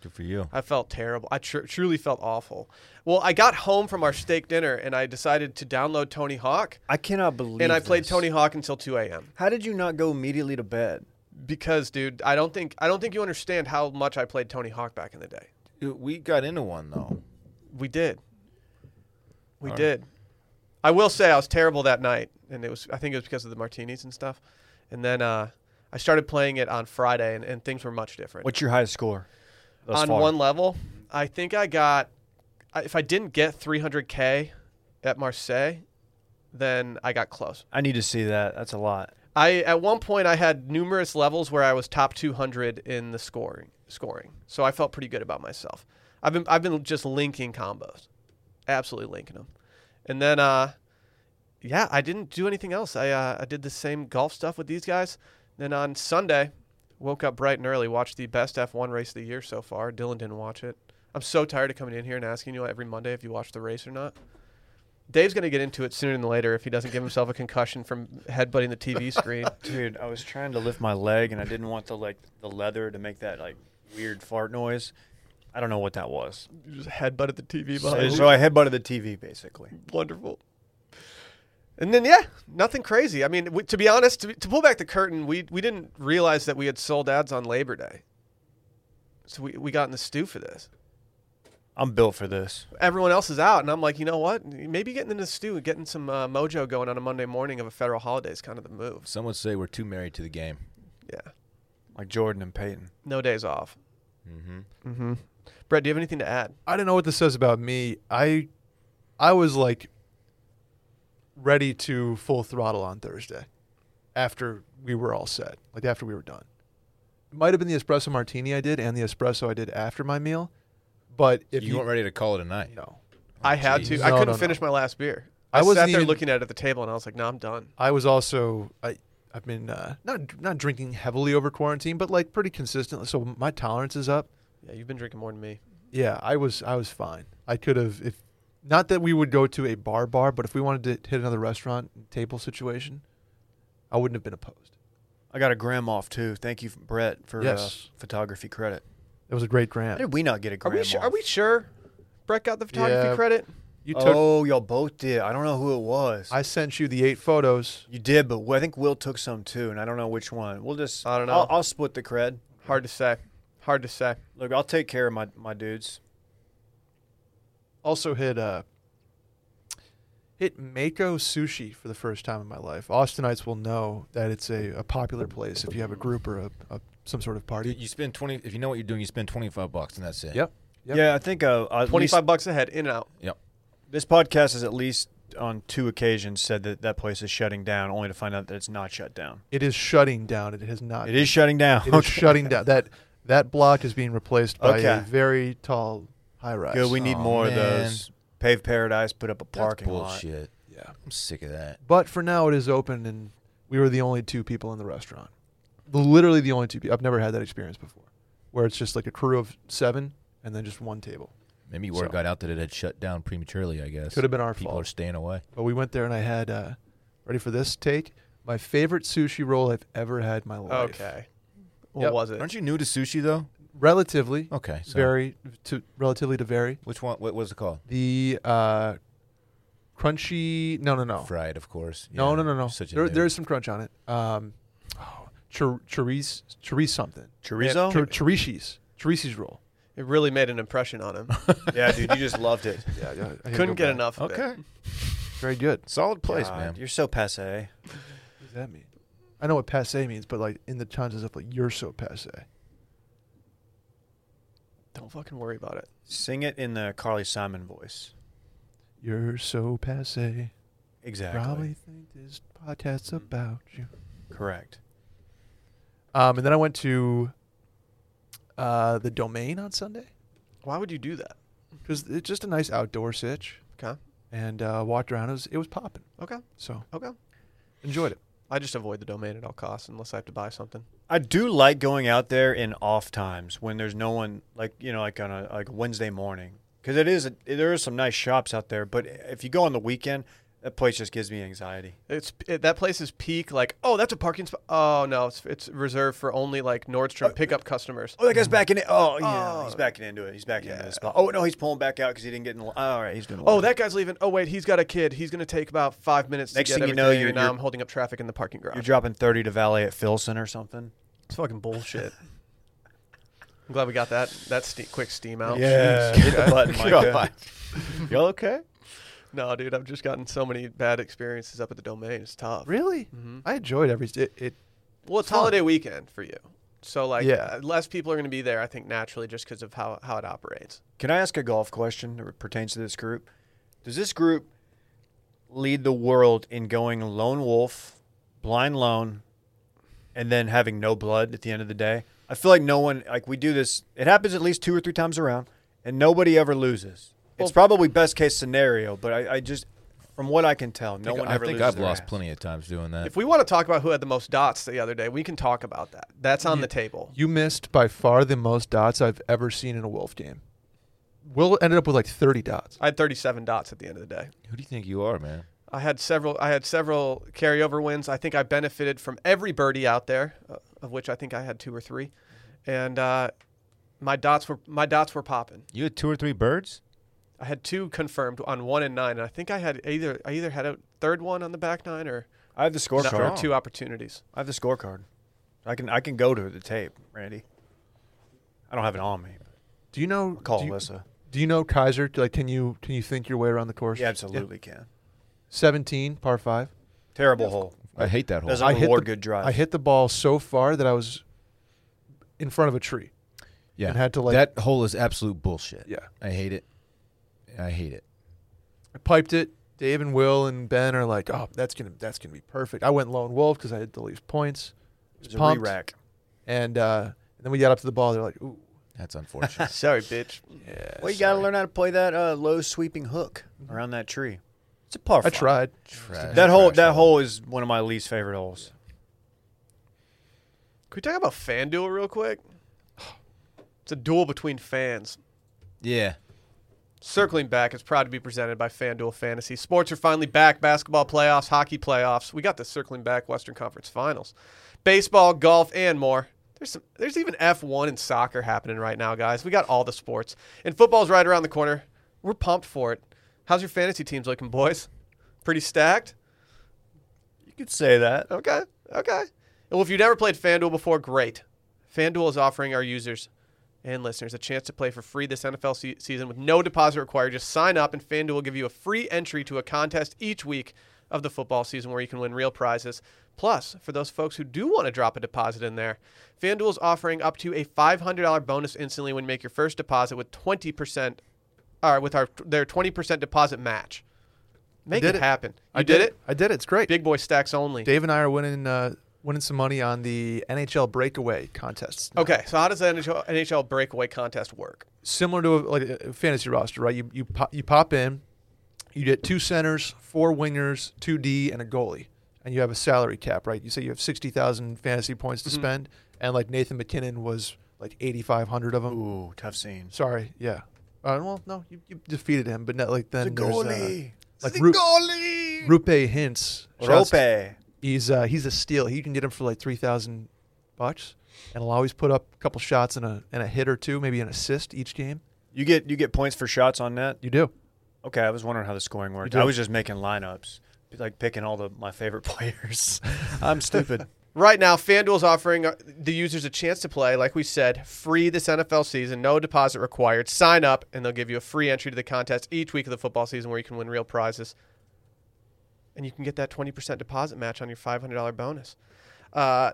Good for you. I felt terrible. I tr- truly felt awful. Well, I got home from our steak dinner and I decided to download Tony Hawk, I cannot believe. and I played this. Tony Hawk until two a.m. How did you not go immediately to bed? Because, dude, I don't think I don't think you understand how much I played Tony Hawk back in the day. We got into one though. We did. We All right. did. I will say I was terrible that night, and it was I think it was because of the martinis and stuff. And then uh, I started playing it on Friday, and, and things were much different. What's your highest score? thus on far? one level, I think I got. I- If I didn't get 300k at Marseille, then I got close. I need to see that. That's a lot. I at one point I had numerous levels where I was top 200 in the scoring scoring. So I felt pretty good about myself. I've been I've been just linking combos, absolutely linking them, and then uh, yeah, I didn't do anything else. I uh, I did the same golf stuff with these guys. Then on Sunday, woke up bright and early, watched the best F1 race of the year so far. Dylan didn't watch it. I'm so tired of coming in here and asking you every Monday if you watched the race or not. Dave's gonna get into it sooner than later if he doesn't give himself a concussion from headbutting the TV screen. Dude, I was trying to lift my leg and I didn't want the like the leather to make that like weird fart noise. I don't know what that was. You just headbutted the TV So, behind so I headbutted the TV basically. Wonderful. And then yeah, nothing crazy. I mean, we, to be honest, to, be- to pull back the curtain, we we didn't realize that we had sold ads on Labor Day. So we, we got in the stew for this. I'm built for this. Everyone else is out, and I'm like, you know what? Maybe getting into stew, getting some uh, mojo going on a Monday morning of a federal holiday is kind of the move. Some would say we're too married to the game. Yeah, Like Jordan and Peyton. no days off. Mm-hmm. Mm-hmm. Brett, do you have anything to add? I don't know what this says about me. I I was like ready to full throttle on Thursday after we were all set, like after we were done. It might have been the espresso martini I did and the espresso I did after my meal, but if you, weren't ready to call it a night. no, I had geez. to. I No, couldn't no, finish no. my last beer. I, I wasn't sat there even- looking at it at the table, and I was like, no, I'm done. I was also I I've been uh, not not drinking heavily over quarantine, but like pretty consistently. So my tolerance is up. Yeah, you've been drinking more than me. Yeah, I was I was fine. I could have if not that we would go to a bar bar, but if we wanted to hit another restaurant table situation, I wouldn't have been opposed. I got a gram off too. Thank you, Brett, for Yes. Uh, uh, photography credit. It was a great How grant. did we not get a Are gram? we sure? Are off? we sure? Brett got the photography Yeah. credit. You took Oh, y'all both did. I don't know who it was. I sent you the eight photos. you did, but I think Will took some too, and I don't know which one. We'll just. I don't know. I'll, I'll split the cred. Hard to say. Hard to say. Look, I'll take care of my my dudes. Also hit uh hit Mako sushi for the first time in my life. Austinites will know that it's a, a popular place if you have a group or a, a some sort of party. Dude, you spend twenty. If you know what you're doing, you spend twenty five bucks, and that's it. Yep. Yep. Yeah, I think uh, at Twenty least- five bucks a head, in and out. Yep. This podcast has at least on two occasions said that that place is shutting down, only to find out that it's not shut down. It is shutting down. It has not It is shutting down. It is shutting down. That that block is being replaced by a Okay. very tall high (laughs) rise. Good. We need Aw, more of man. those. Pave Paradise put up a parking That's lot. bullshit. Yeah. I'm sick of that. But for now, it is open, and we were the only two people in the restaurant. Literally the only two people. I've never had that experience before, where it's just like a crew of seven and then just one table. Maybe word So- got out that it had shut down prematurely. I guess Could have been our people fault. are staying away. But we went there, and I had uh, ready for this take. My favorite sushi roll I've ever had in my life. Okay. Yep. What was it? Aren't you new to sushi though? Relatively, Okay. So very to relatively to vary. Which one? What was it called? The uh, crunchy. No, no, no. Fried, of course. No, Yeah, no, no, no. Such a There, noob. (laughs) there's some crunch on it. Um, oh, chor- choriz, choriz something. Chorizo? Chor- chorishis. Chorishis roll. It really made an impression on (laughs) him. yeah, dude, you just loved it. Yeah, yeah. I gotta go Couldn't get back. enough. Of It. Okay. Very good. Solid place, God, man. You're so passe. What does that mean? I know what passe means, but like in the context of like you're so passe. Don't fucking worry about it. Sing it in the Carly Simon voice. You're so passe. Exactly. Probably think this podcast's about you. Correct. Um, and then I went to uh, the domain on Sunday Why would you do that? because it's just a nice outdoor sitch Okay. and uh, walked around. It was it was popping, Okay. so Okay. enjoyed it. I just avoid the domain at all costs unless I have to buy something. I do like going out there in off times when there's no one, like you know, like on a like Wednesday morning, because it is a, there are some nice shops out there. But if you go on the weekend, that place just gives me anxiety. It's it, that place is peak. Like, oh, that's a parking spot. Oh no, it's it's reserved for only like Nordstrom pickup customers. Oh, that guy's backing it. Oh, yeah, Oh. he's backing into it. He's backing into Yeah. the spot. Oh no, he's pulling back out because he didn't get in. The, li- oh, all right, he's doing. Oh, that guy's leaving. Oh wait, he's got a kid. He's gonna take about five minutes. Next to get thing you know, everything, you're- and now you're- I'm holding up traffic in the parking You're garage. dropping thirty to valet at Filson or something. It's fucking bullshit. I'm glad we got that that ste- quick steam out. hit the button, Micah. Y'all okay? No, dude, I've just gotten so many bad experiences up at the domain. It's tough. Really? Mhm. I enjoyed every. It, it Well, it's Fun. holiday weekend for you, so like Yeah. uh, less people are going to be there. I think naturally, just because of how how it operates. Can I ask a golf question that pertains to this group? Does this group lead the world in going lone wolf, blind lone, and then having no blood at the end of the day? I feel like no one like we do this. It happens at least two or three times around, and nobody ever loses. Well- it's probably best case scenario, but I, I just, from what I can tell, no one I ever think loses. I've their lost ass. plenty of times doing that. If we want to talk about who had the most dots the other day, we can talk about that. That's on the table. you missed by far the most dots I've ever seen in a Wolf game. Will ended up with like 30 dots. I had 37 dots at the end of the day. Who do you think you are, man? I had several. I had several carryover wins. I think I benefited from every birdie out there, uh, of which I think I had two or three, and uh, my dots were my dots were popping. You had two or three birds. I had two confirmed on one and nine, and I think I had either I either had a third one on the back nine or, I have the or scorecard. two opportunities. I have the scorecard. I can I can go to the tape, Randy. I don't have it on me. Do you know? Call do you, Alyssa. Do you know Kaiser? Like, can you can you think your way around the course? You absolutely can. Seventeen, par five. Terrible hole. I hate that hole. Doesn't reward the, good drives. I hit the ball so far that I was in front of a tree. yeah, and had to, like- that hole is absolute bullshit. Yeah. I hate it. I hate it. I piped it. Dave and Will and Ben are like, oh, that's gonna that's gonna be perfect. I went lone wolf because I had the least points, It was a pumped. re-rack. and uh, then we got up to the ball. They're like, ooh, That's unfortunate. Sorry, bitch. yeah. Well, you got to learn how to play that uh, low sweeping hook around that tree. It's a par. I five. tried. Trash, That hole. trash That hole is one of my least favorite holes. Can we talk about FanDuel real quick? (sighs) It's a duel between fans. Yeah. Circling back, it's proud to be presented by FanDuel Fantasy. Sports are finally back basketball playoffs, hockey playoffs. We got the circling back Western Conference finals, baseball, golf, and more. There's, some, there's even F1 and soccer happening right now, guys. We got all the sports. And football's right around the corner. We're pumped for it. How's your fantasy teams looking, boys? Pretty stacked? You could say that. Okay. Okay. Well, if you've never played FanDuel before, great. FanDuel is offering our users and listeners a chance to play for free this NFL se- season with no deposit required. Just sign up, and FanDuel will give you a free entry to a contest each week of the football season where you can win real prizes. Plus, for those folks who do want to drop a deposit in there, FanDuel is offering up to a $500 bonus instantly when you make your first deposit with 20%, or with our their 20% deposit match. Make did it, it. happen. You I did, it. I did it. It's great. Big boy stacks only. Dave and I are winning uh, winning some money on the NHL breakaway contests. Oh. now. Okay, so how does the NHL, NHL breakaway contest work? similar to a, like a fantasy roster, right? You you pop, you pop in, you get two centers, four wingers, two D, and a goalie, and you have a salary cap, right? You say you have sixty thousand fantasy points Mm-hmm. to spend, and like Nathan McKinnon was like eighty five hundred of them. Ooh, tough scene. Sorry, yeah. Uh, well, no, you, you defeated him, but not like then. there's, uh, like The Ru- goalie. Rupe Hintz. Rope. shouts- He's uh, he's a steal. He can get him for like three thousand bucks, and he'll always put up a couple shots and a and a hit or two, maybe an assist each game. You get you get points for shots on net. You do. Okay, I was wondering how the scoring worked. do. I was just making lineups, like picking all the my favorite (laughs) (laughs) players. I'm stupid. Right now, FanDuel's offering uh, the users a chance to play, like we said, free this NFL season, no deposit required. Sign up, and they'll give you a free entry to the contest each week of the football season where you can win real prizes. And you can get that 20% deposit match on your $500 bonus. Uh,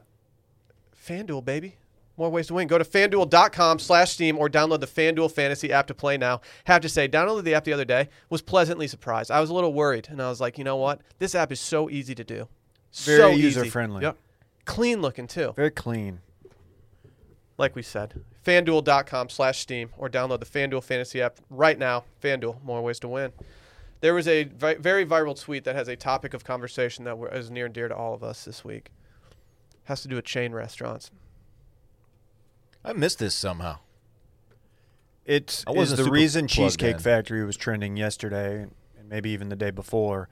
FanDuel, baby. More ways to win. Go to fanduel.com slash Steam or download the FanDuel Fantasy app to play now. Have to say, downloaded the app the other day, was pleasantly surprised. I was a little worried, and I was like, you know what? This app is so easy to do. Very so user easy friendly. Yep. clean looking too Very clean. like we said fanduel.com slash steam or download the fanduel fantasy app right now fanduel more ways to win there was a vi- very viral tweet that has a topic of conversation that was near and dear to all of us this week has to do with chain restaurants I missed this somehow. It's I is wasn't the super reason plugged Cheesecake in. Factory was trending yesterday and maybe even the day before.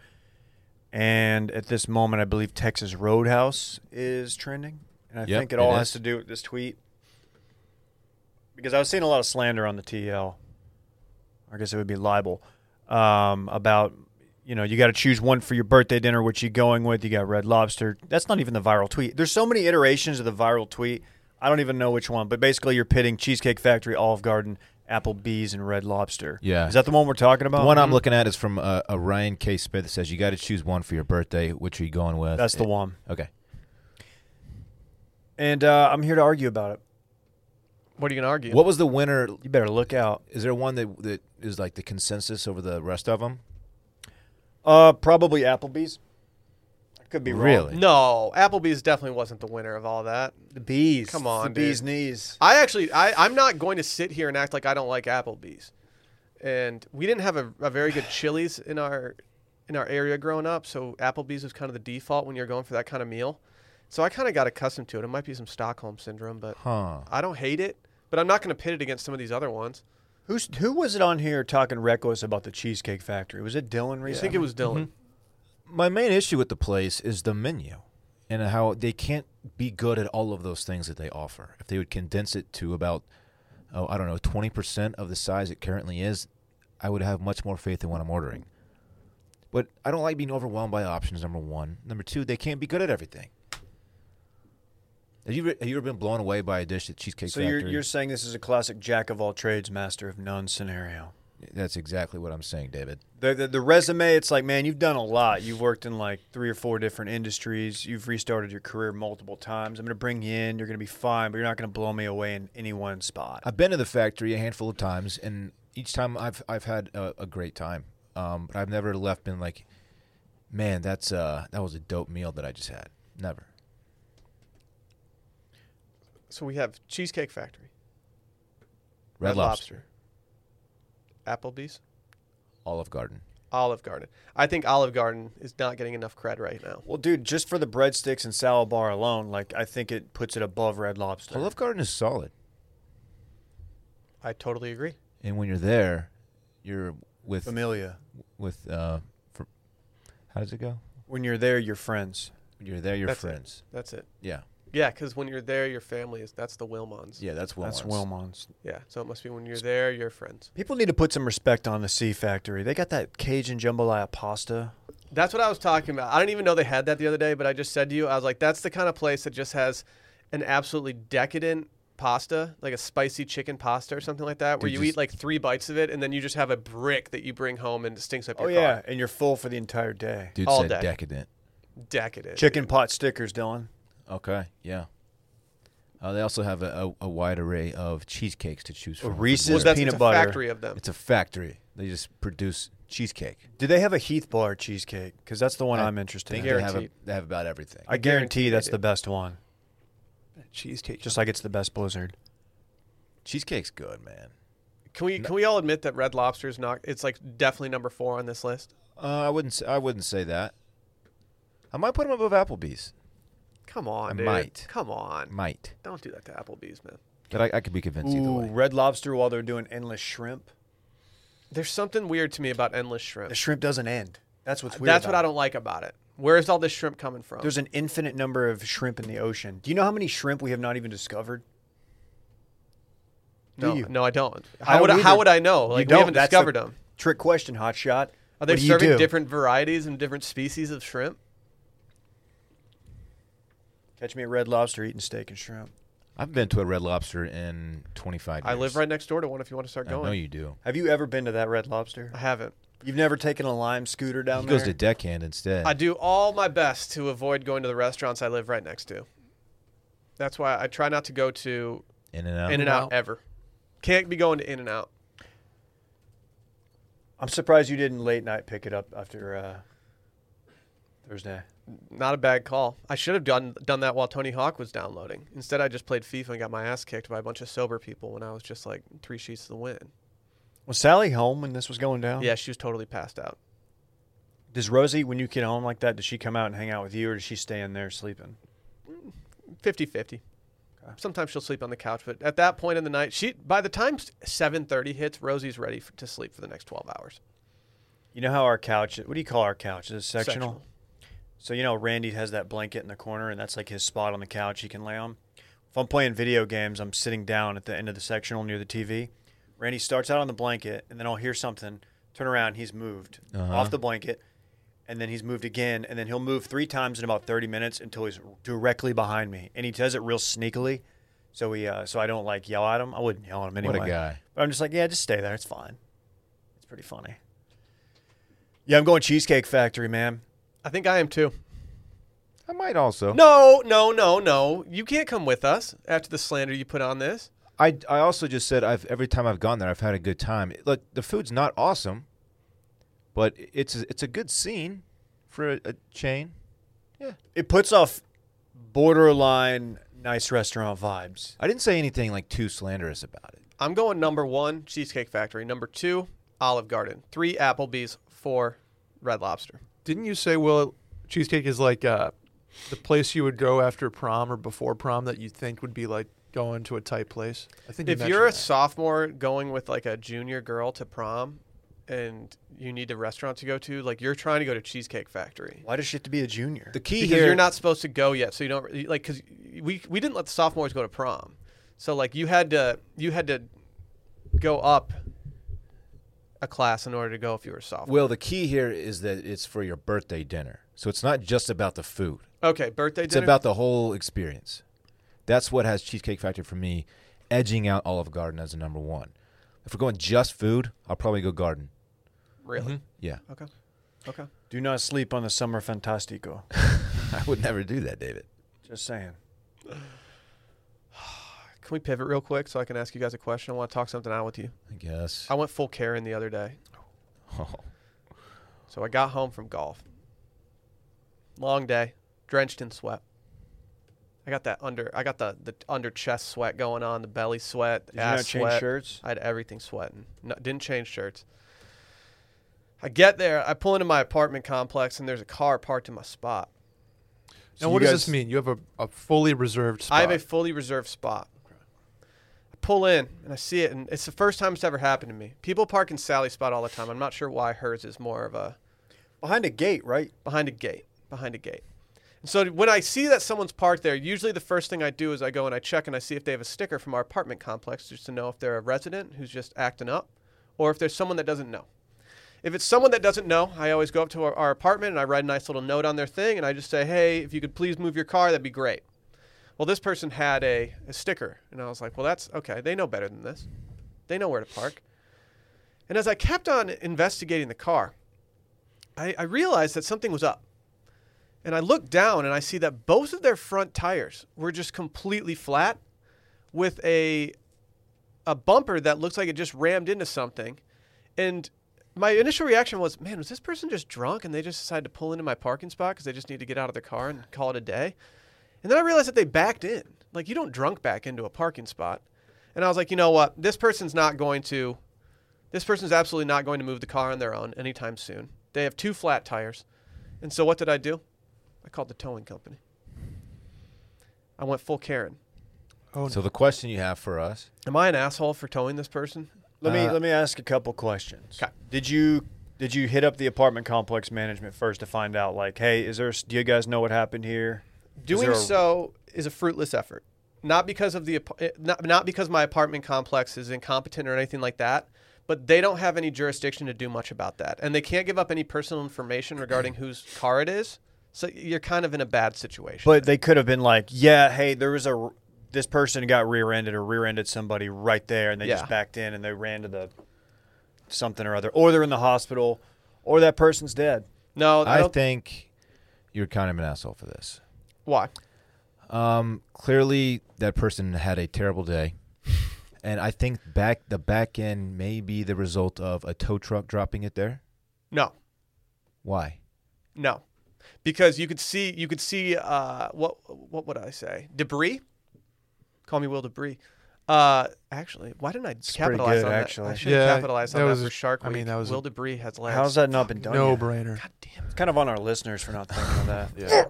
And at this moment, I believe Texas Roadhouse is trending. And I Yep, think it it all is. has to do with this tweet. Because I was seeing a lot of slander on the TL. I guess it would be libel um, about, you know, you got to choose one for your birthday dinner, which you going with. You got Red Lobster. That's not even the viral tweet. There's so many iterations of the viral tweet. I don't even know which one, but basically you're pitting Cheesecake Factory, Olive Garden, Applebee's, and Red Lobster. Yeah. Is that the one we're talking about? The one I'm looking at is from uh, a Ryan K. Smith that says you got to choose one for your birthday. Which are you going with? That's the It- one. Okay. And uh, I'm here to argue about it. what are you going to argue What was the winner? You better look out. Is there one that that is like the consensus over the rest of them? Uh, probably Applebee's. I could be wrong. Really? no applebee's definitely wasn't the winner of all that The bees. Come on, the bees dude. knees. i actually I, i'm not going to sit here and act like i don't like applebee's and we didn't have a, a very good chili's in our in our area growing up so applebee's was kind of the default when you're going for that kind of meal so i kind of got accustomed to it it might be some stockholm syndrome but Huh. I don't hate it, but I'm not going to pit it against some of these other ones. Who's who was it on here talking reckless about the Cheesecake Factory? Was it Dylan I recently? think it was Dylan. My main issue with the place is the menu and how they can't be good at all of those things that they offer. If they would condense it to about, oh, I don't know, 20% of the size it currently is, I would have much more faith in what I'm ordering. But I don't like being overwhelmed by options, number one. Number two, they can't be good at everything. Have you, ever, have you ever been blown away by a dish at Cheesecake So Factory? you're, you're saying this is a classic jack of all trades, master of none scenario. That's exactly what I'm saying, David. The, the, the resume, it's like, man, you've done a lot. You've worked in like three or four different industries. You've restarted your career multiple times. I'm going to bring you in. You're going to be fine, but you're not going to blow me away in any one spot. I've been to the factory a handful of times, and each time I've I've had a, a great time. Um, but I've never left been like, man, that's uh, that was a dope meal that I just had. Never. So we have Cheesecake Factory, Red, Lobster, Lobster, Applebee's, Olive Garden. Olive Garden. I think Olive Garden is not getting enough cred right now. Well, dude, just for the breadsticks and salad bar alone, like, I think it puts it above Red Lobster. Olive Garden is solid, I totally agree. and when you're there, you're with Familia. with uh, for, how does it go? When you're there, you're friends. You're there, your That's it. friends. That's it. Yeah, Yeah, because when you're there, your family is. That's the Wilmons. yeah, that's Wilmons. That's Wilmons. Yeah. So it must be when you're there, your friends. People need to put some respect on the Sea Factory. They got that Cajun jambalaya pasta. That's what I was talking about. I didn't even know they had that the other day, but I just said to you, I was like, that's the kind of place that just has an absolutely decadent pasta, like a spicy chicken pasta or something like that, where Dude, you just- eat like three bites of it and then you just have a brick that you bring home and it stinks Oh, up your car. Oh, and you're full for the entire day. Dude All said day. decadent. Decadent. Chicken pot stickers, Dylan. Okay, yeah. Uh, they also have a, a, a wide array of cheesecakes to choose from. for Reese's Well, dessert. that's peanut it's a butter. factory of them. It's a factory. They just produce cheesecake. Do they have a Heath Bar cheesecake? Because that's the one I I'm interested They in. have, a, Guaranteed. they have about everything. I guarantee guarantee that's they the do. best one. Cheesecake. Just like it's the best Blizzard. Cheesecake's good, man. Can we can we all admit that Red Lobster is not? It's like definitely number four on this list. Uh, I wouldn't. Say, I wouldn't say that. I might put them above Applebee's. Come on, I dude. might. Come on. Might, Don't do that to Applebee's, man. but I, I could be convinced either Ooh, way. Red Lobster while they're doing endless shrimp. There's something weird to me about endless shrimp. The shrimp doesn't end. That's what's weird. That's what about I it. don't like about it. Where is all this shrimp coming from? There's an infinite number of shrimp in the ocean. Do you know how many shrimp we have not even discovered? no, do you? no, I don't. I How don't would I, either. how would I know? You Like don't. we haven't That's discovered the them. Trick question, hot shot. Are they What do you serving do? different varieties and different species of shrimp? Catch me at Red Lobster eating steak and shrimp. I've been to a Red Lobster in 25 years. I live right next door to one. If you want to start I going, know you do. Have you ever been to that Red Lobster? I haven't. You've never taken a lime scooter down He there. goes to deckhand instead. I do all my best to avoid going to the restaurants I live right next to. That's why I try not to go to in and out. In and Out Out. ever. Can't be going to In and Out. I'm surprised you didn't late night pick it up after uh, Thursday. Not a bad call. I should have done done that while Tony Hawk was downloading. Instead, I just played FIFA and got my ass kicked by a bunch of sober people when I was just like three sheets to the wind. Was Sally home when this was going down? Yeah, she was totally passed out. Does Rosie, when you get home like that, does she come out and hang out with you, or does she stay in there sleeping? 50 50. Sometimes she'll sleep on the couch, but at that point in the night, she by the time 7:30 hits, Rosie's ready f to sleep for the next 12 hours. You know how our couch? What do you call our couch? Is it sectional? Sectional. So you know, Randy has that blanket in the corner, and that's like his spot on the couch he can lay on. If I'm playing video games, I'm sitting down at the end of the sectional near the TV. Randy starts out on the blanket, and then I'll hear something. Turn around, he's moved Uh-huh. off the blanket, and then he's moved again, and then he'll move three times in about 30 minutes until he's directly behind me, and he does it real sneakily. So he, uh, so I don't like yell at him. I wouldn't yell at him What anyway. a guy. But I'm just like, yeah, just stay there. It's fine. It's pretty funny. Yeah, I'm going Cheesecake Factory, man. I think I am too. I might also. No, no, no, no. You can't come with us after the slander you put on this. I, I also just said I've every time I've gone there I've had a good time. Look, the food's not awesome, but it's a, it's a good scene for a, a chain. It puts off borderline nice restaurant vibes. I didn't say anything like too slanderous about it. I'm going number 1 Cheesecake Factory, number 2 Olive Garden, 3 Applebee's, 4 Red Lobster. Didn't you say, Will, cheesecake is like uh, the place you would go after prom or before prom that you think would be like going to a tight place? I think you If you're a mentioned sophomore going with like a junior girl to prom and you need a restaurant to go to, like you're trying to go to Cheesecake Factory. Why does she have to be a junior? The key because here you're not supposed to go yet, so you don't like because we we didn't let the sophomores go to prom, so like you had to you had to go up a class in order to go if you were a sophomore. Well, the key here is that it's for your birthday dinner. So it's not just about the food. okay, birthday It's dinner. about the whole experience. That's what has Cheesecake Factory for me edging out Olive Garden as a number 1. If we're going just food, I'll probably go garden. Really? (laughs) Yeah, Okay. Mm-hmm. Okay. Do not sleep on the summer fantastico. I would never do that, David. Just saying. Can we pivot real quick so I can ask you guys a question? I want to talk something out with you. I guess. I went full Karen the other day. Oh, So I got home from golf. Long day, drenched in sweat. I got that under I got the, the under chest sweat going on, the belly sweat, Did you ass not change sweat. shirts? I had everything sweating. No, didn't change shirts. I get there, I pull into my apartment complex and there's a car parked in my spot. now, you what does guys- this mean? You have a, a fully reserved spot. I have a fully reserved spot. I pull in and I see it, and it's the first time it's ever happened to me. People park in Sally's spot all the time. I'm not sure why hers is more of a Behind a gate, right? behind a gate, behind a gate. And so when I see that someone's parked there, usually the first thing I do is I go and I check and I see if they have a sticker from our apartment complex just to know if they're a resident who's just acting up or if there's someone that doesn't know. If it's someone that doesn't know, I always go up to our, our apartment and I write a nice little note on their thing and I just say, hey, if you could please move your car, that'd be great. Well, this person had a, a sticker. And I was like, well, that's okay. They know better than this. They know where to park. And as I kept on investigating the car, I, I realized that something was up. And I looked down and I see that both of their front tires were just completely flat with a a bumper that looks like it just rammed into something. And my initial reaction was, man, was this person just drunk and they just decided to pull into my parking spot because they just need to get out of their car and call it a day? And then I realized that they backed in. Like, you don't drunk back into a parking spot. And I was like, you know what? This person's not going to this person's absolutely not going to move the car on their own anytime soon. They have two flat tires. And so what did I do? I called the towing company. I went full Karen. Oh, So the question you have for us? Am I an asshole for towing this person? Let me Uh, let me ask a couple questions. 'Kay. Did you did you hit up the apartment complex management first to find out like, hey, is there? Do you guys know what happened here? Is Doing there a- so is a fruitless effort. Not because of the ap- eh, not, not because my apartment complex is incompetent or anything like that, but they don't have any jurisdiction to do much about that. And they can't give up any personal information regarding whose car it is. So you're kind of in a bad situation. But they could have been like, yeah, hey, there was a this person got rear-ended or rear-ended somebody right there, and they Yeah. just backed in and they ran to the something or other, or they're in the hospital, or that person's dead. no, I I, don't think you're kind of an asshole for this. why? Um, clearly that person had a terrible day, and I think back the back end may be the result of a tow truck dropping it there. No. Why? No, because you could see you could see uh, what what would I say debris? Call me Will Debris. Uh, actually, why didn't I pretty capitalize good, on that? I actually. should have Yeah, capitalized that on was that a- for Shark I Week. mean, that was a- Will Debris has last. How's that not been done? no yet? brainer. God damn it! It's kind of on our listeners for not thinking of that. Yeah.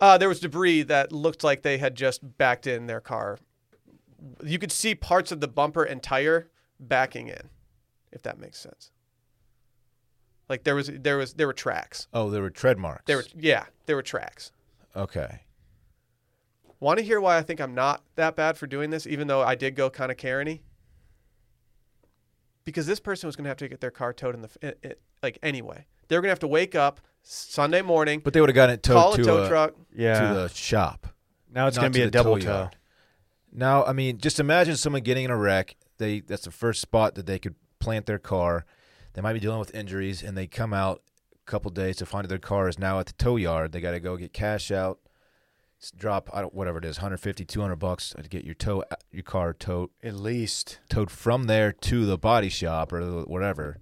Uh, there was debris that looked like they had just backed in their car. You could see parts of the bumper and tire backing in, if that makes sense. Like there was there was there were tracks. Oh, there were tread marks. There were yeah there were tracks. okay. Want to hear why I think I'm not that bad for doing this, even though I did go kind of Karen-y? Because this person was going to have to get their car towed in the f- i- i- like anyway. They were going to have to wake up Sunday morning, But they would have gotten it towed call a to tow a- truck. Yeah. to the shop. now it's not going to be a to the double tow toe. yard. Now, I mean, just imagine someone getting in a wreck. They that's the first spot that they could plant their car. They might be dealing with injuries, and they come out a couple days to find that their car is now at the tow yard. They got to go get cash out, s- drop I don't whatever it is, 150, 200 bucks to get your tow your car towed At least. towed from there to the body shop or the- whatever.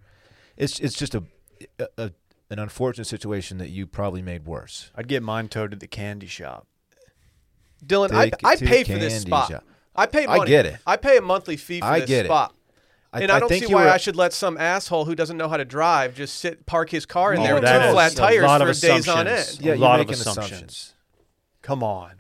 It's it's just a, a, a an unfortunate situation that you probably made worse. I'd get mine towed to the candy shop. Dylan, I, Take it I to paid for this candy spot. shop. I pay I money. get it. I pay a monthly fee for I this get it. spot. I, and I, don't think see you why were- I should let some asshole who doesn't know how to drive just sit park his car in Oh, there with two that is flat a tires lot for of days on assumptions. end. Yeah, yeah, a you're lot of making assumptions. Come on.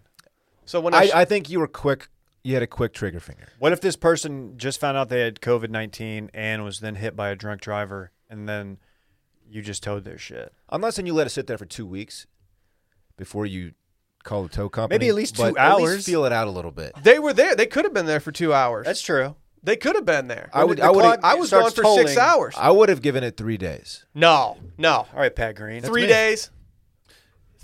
So when I, I, sh- I think you were quick. You had a quick trigger finger. What if this person just found out they had COVID 19 and was then hit by a drunk driver and then you just towed their shit? I'm not saying you let it sit there for two weeks before you call the tow company. Maybe at least two but at least hours. feel it out a little bit. they were there. They could have been there for two hours. true. they could have been there. I would- The I would- clock- I was gone starts for six tolling. hours. I would have given it three days. No, no. All right, Pat Green. three me. days.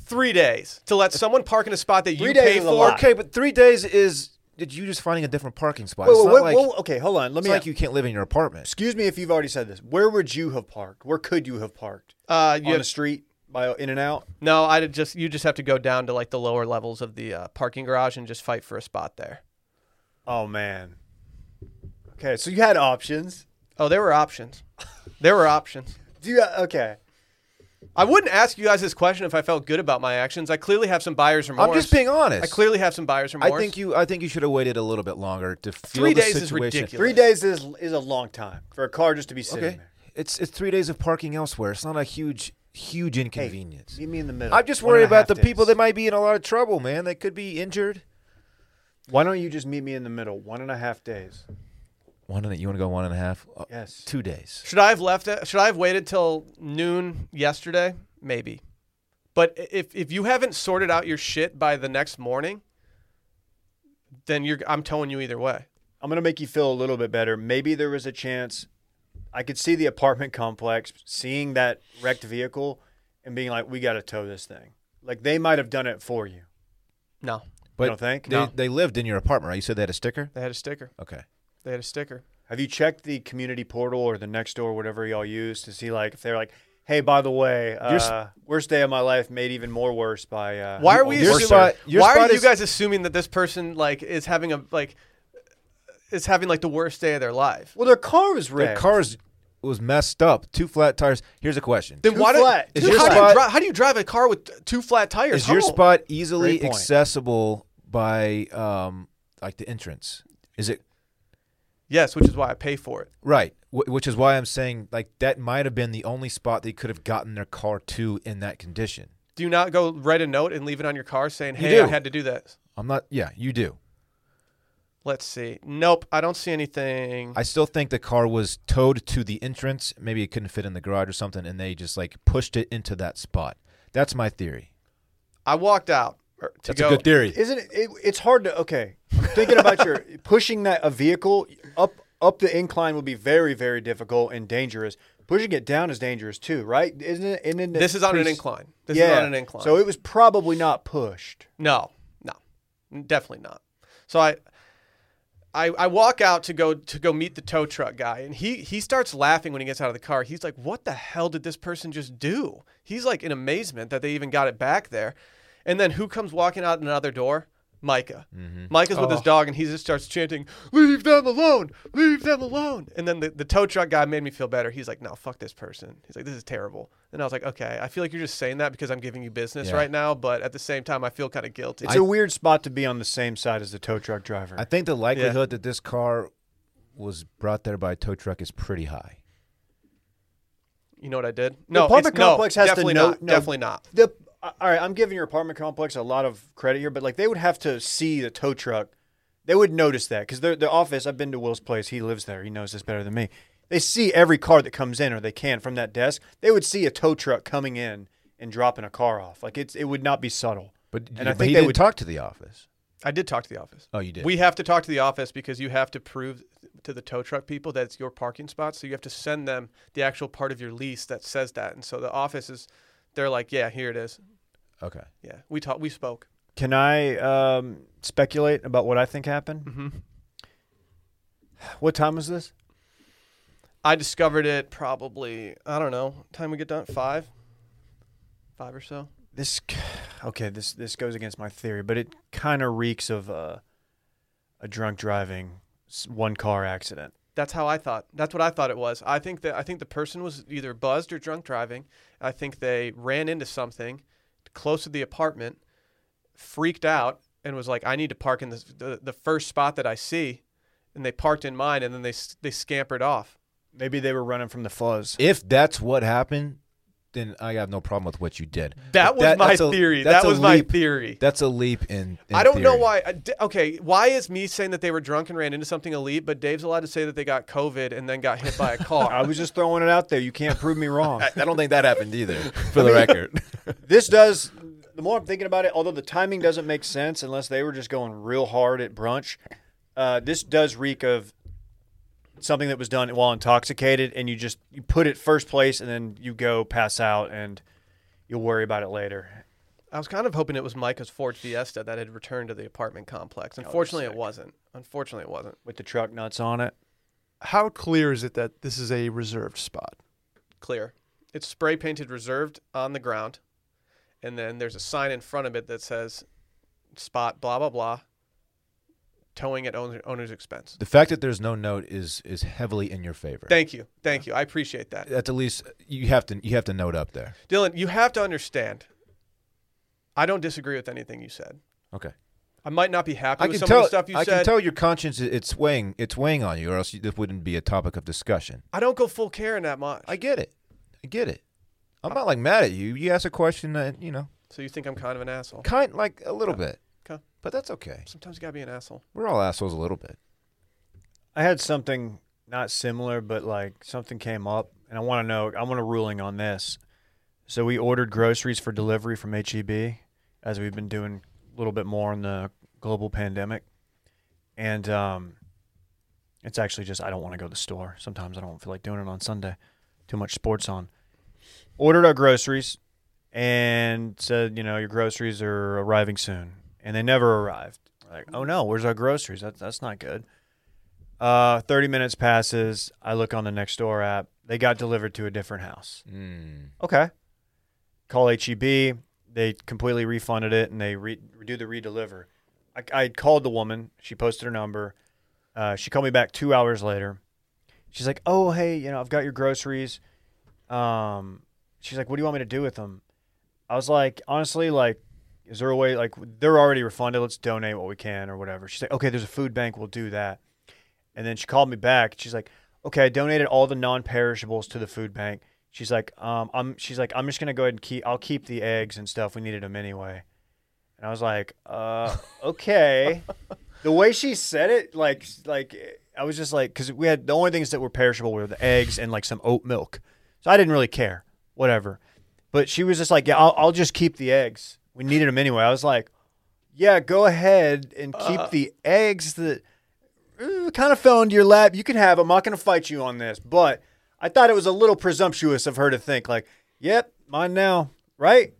Three days to let someone park in a spot that you days pay is a for. lot. Okay, but three days is did you just finding a different parking spot? Whoa, it's whoa, not whoa, like, whoa, okay, hold on. Let it's me. like you can't live in your apartment. excuse me if you've already said this. Where would you have parked? Where could you have parked? Uh, you On the street by In and Out. no, I would just you just have to go down to like the lower levels of the uh, parking garage and just fight for a spot there. Oh man. Okay, so you had options. Oh, there were options. There were options. Do you? Okay. I wouldn't ask you guys this question if I felt good about my actions. I clearly have some buyer's remorse. I'm just being honest. I clearly have some buyer's I remorse. think you. I think you should have waited a little bit longer to feel Three the days is situation. ridiculous. Three days is is a long time for a car just to be sitting Okay, there. it's it's three days of parking elsewhere. It's not a huge, huge inconvenience. Meet me in the middle. I'm just One and worried a about the half people days. that might be in a lot of trouble, man. They could be injured. Why don't you just meet me in the middle? One and a half days. One and a, you want to go one and a half? Uh, Yes. Two days. Should I have left it? Should I have waited till noon yesterday? Maybe. But i- if if you haven't sorted out your shit by the next morning, then you're I'm towing you either way. I'm gonna make you feel a little bit better. Maybe there was a chance. I could see the apartment (laughs) complex, seeing that wrecked vehicle, and being like, "We got to tow this thing." Like they might have done it for you. No, But don't think? they, No. they lived in your apartment, right? You said they had a sticker. they had a sticker. Okay. They had a sticker. Have you checked the community portal or the next door, whatever y'all use, to see like if they're like, "Hey, by the way, Your s- uh, worst day of my life made even more worse by." Uh, Why are we Your assuming, spot- your Why spot are you is- guys assuming that this person like is having a like is having like the worst day of their life? Well, their car was Their wrecked. car's was messed up. Two flat tires. Here's a question. Then Two why do, flat. dude, Is your how, do you spot- dri- how do you drive a car with two flat tires? Is your How- spot Great easily point. accessible by um like the entrance? Is it Yes, which is why I pay for it. right? Wh- which is why I'm saying like that might have been the only spot they could have gotten their car to in that condition. Do you not go write a note and leave it on your car saying, You "Hey, I do. had to do that." I'm not. Yeah, you do. Let's see. Nope, I don't see anything. I still think the car was towed to the entrance. Maybe it couldn't fit in the garage or something, and they just like pushed it into that spot. That's my theory. I walked out er, to That's go. a good theory. Isn't it, it? It's hard to okay. I'm thinking (laughs) about your pushing that a vehicle up up the incline would be very very difficult and dangerous. Pushing it down is dangerous too, right? Isn't it? And then This is on an pre- incline. This yeah. is on an incline. So it was probably not pushed. no, no, definitely not. So I, I, I walk out to go to go meet the tow truck guy, and he he starts laughing when he gets out of the car. He's like, "What the hell did this person just do?" He's like in amazement that they even got it back there. And then who comes walking out another door? Micah. Micah's with his Oh. dog, and he just starts chanting, "Leave them alone! Leave them alone!" And then the, the tow truck guy made me feel better. He's like, "No, fuck this person." He's like, "This is terrible." And I was like, "Okay, I feel like you're just saying that because I'm giving you business Yeah. right now, but at the same time, I feel kind of guilty." It's a weird spot to be on the same side as the tow truck driver. I think the likelihood that this car was brought there by a tow truck is pretty high. You know what I did? No, apartment it's- no, complex has to definitely know- not. no. Definitely not. the uh, all right, I'm giving your apartment complex a lot of credit here, but like they would have to see the tow truck. They would notice that because the office. I've been to Will's place. He lives there. He knows this better than me. They see every car that comes in, or they can from that desk. They would see a tow truck coming in and dropping a car off. Like it's it would not be subtle. But, And I but think he they didn't would- talk to the office. I did talk to the office. Oh, you did. We have to talk to the office because you have to prove to the tow truck people that it's your parking spot. So you have to send them the actual part of your lease that says that. And so the office is, they're like, yeah, here it is. okay. Yeah, we talked, we spoke. Can I um, speculate about what I think happened? What time was this? I discovered it probably, I don't know, time we get done, five, five or so. this okay this this goes against my theory but it kind of reeks of uh, a drunk driving s- one car accident That's how I thought. That's what I thought it was. I think that I think the person was either buzzed or drunk driving. I think they ran into something close to the apartment, freaked out, and was like, "I need to park in this, the the first spot that I see," and they parked in mine, and then they s- they scampered off. maybe they were running from the fuzz If that's what happened, then I have no problem with what you did. That But was my that's a- theory. that's That a was my leap- theory. That's a leap in. in I don't know theory. why. I d- Okay, why is me saying that they were drunk and ran into something elite, but Dave's allowed to say that they got COVID and then got hit by a i (laughs) car? was just throwing it out there you can't prove me wrong (laughs) I don't think that happened either, (laughs) for the record. this does the more i'm thinking about it although the timing doesn't make sense unless they were just going real hard at brunch uh, this does reek of something that was done while intoxicated and you just you put it first place and then you go pass out and you'll worry about it later I was kind of hoping it was Micah's Ford Fiesta that had returned to the apartment complex. Unfortunately, it sick. wasn't. Unfortunately, it wasn't. with the truck nuts on it. How clear is it that this is a reserved spot? Clear. It's spray painted reserved on the ground, and then there's a sign in front of it that says "spot blah blah blah." Towing at owner, owner's expense. The fact that there's no note is is heavily in your favor. Thank you, thank you. I appreciate that, That's at least you have to you have to note up there. Dylan. You have to understand. I don't disagree with anything you said. Okay. I might not be happy I with can some tell. of the stuff you I said. can tell your conscience. i- It's weighing. It's weighing on you, or else you, this wouldn't be a topic of discussion. I don't go full Karen that much. I get it. I get it. I'm not like mad at you. You ask a question that you know, so you think I'm kind of an asshole? kind like a little bit, Okay. but that's okay. Sometimes you gotta be an asshole. We're all assholes a little bit. I had something not similar, but like something came up, and I want to know. I want a ruling on this. So we ordered groceries for delivery from HEB, as we've been doing a little bit more in the global pandemic, and um, it's actually just I don't want to go to the store. Sometimes I don't feel like doing it on Sunday. Too much sports on. Ordered our groceries, and said, you know, your groceries are arriving soon, and they never arrived. We're Like, oh no, where's our groceries? That, that's not good. Uh, 30 minutes passes. I look on the next door app. They got delivered to a different house. Mm. Okay. Call HEB. They completely refunded it and they re- do the redeliver. I, I called the woman. She posted her number. Uh, she called me back two hours later. She's like, "Oh, hey, you know, I've got your groceries." Um, she's like, "What do you want me to do with them?" I was like, "Honestly, like, is there a way? Like, they're already refunded. Let's donate what we can or whatever." She's like, "Okay, there's a food bank. We'll do that." And then she called me back. She's like, "Okay, I donated all the non-perishables to the food bank." She's like, um, I'm. She's like, I'm just gonna go ahead and keep. I'll keep the eggs and stuff. We needed them anyway. And I was like, uh, okay. the way she said it, like, like I was just like, because we had the only things that were perishable were the eggs and like some oat milk, so I didn't really care, whatever. But she was just like, yeah, I'll, I'll just keep the eggs. We needed them anyway. I was like, yeah, go ahead and keep the eggs that eh, kind of fell into your lap. You can have them. I'm not going to fight you on this, but I thought it was a little presumptuous of her to think like, yep, mine now, right?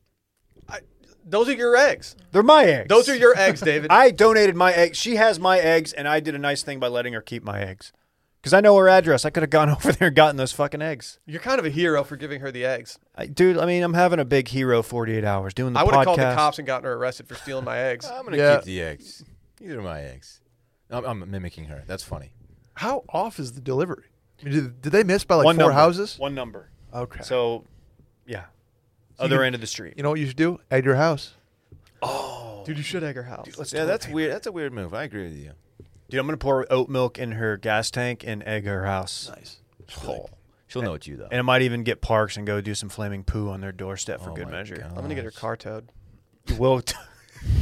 I, those are your eggs. They're my eggs. Those are your (laughs) eggs, David. I donated my eggs. She has my eggs, and I did a nice thing by letting her keep my eggs. Because I know her address. I could have gone (laughs) over there and gotten those fucking eggs. You're kind of a hero for giving her the eggs. I, dude, I mean, I'm having a big hero 48 hours doing the I would podcast. have called the cops and gotten her arrested for stealing my eggs. I'm gonna Yeah. keep the eggs. These are my eggs. I'm, I'm mimicking her. That's funny. How off is the delivery? I mean, did, did they miss by like One four number. houses? One number. Okay. So So, yeah. you Other can- end of the street. you know what you should do? Egg your house. Oh. Dude, you should egg her house. yeah, that's weird. That's a weird move. I agree with you. Dude, I'm going to pour oat milk in her gas tank and egg her house. Nice. Oh, she'll know it's you though. And I might even get Parks and go do some flaming poo on their doorstep for Oh good my measure. I'm gonna get her gosh. car (laughs) towed. Will,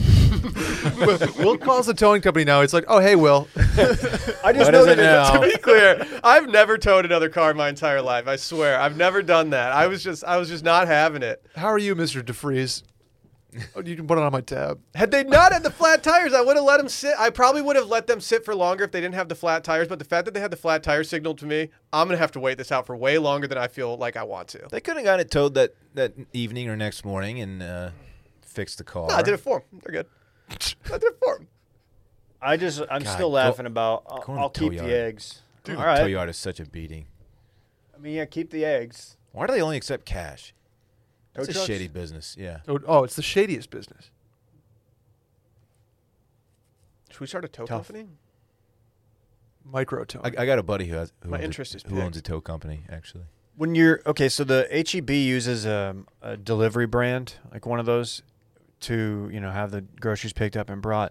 (laughs) Will calls the towing company now. It's like, oh hey, (laughs) Will. (laughs) I just What know is it that now? to be clear, I've never towed another car in my entire life. I swear, I've never done that. I was just, I was just not having it. How are you, Mister DeFries? Oh, you can put it on my tab. Had they not had the flat tires, I would have let them sit. I probably would have let them sit for longer if they didn't have the flat tires. But the fact that they had the flat tire signaled to me, I'm gonna have to wait this out for way longer than I feel like I want to. They could have gotten it towed that, that evening or next morning and uh, fixed the car. No, I did it for them. They're (laughs) good. I did it for them. I just, I'm God, still go- laughing about, I'll, go on I'll the keep tow the yard. eggs. Dude, All the tow right. yard is such a beating. I mean, yeah, keep the eggs. Why do they only accept cash? Tow That's a trucks? shitty business. Yeah. Oh, oh, it's the shadiest business. Should we start a tow Tough. company? Micro towing. I, I got a buddy who has who My owns a- interest is who owns piqued. a tow company actually. when you're okay so the heb uses um, a delivery brand like one of those to you know have the groceries picked up and brought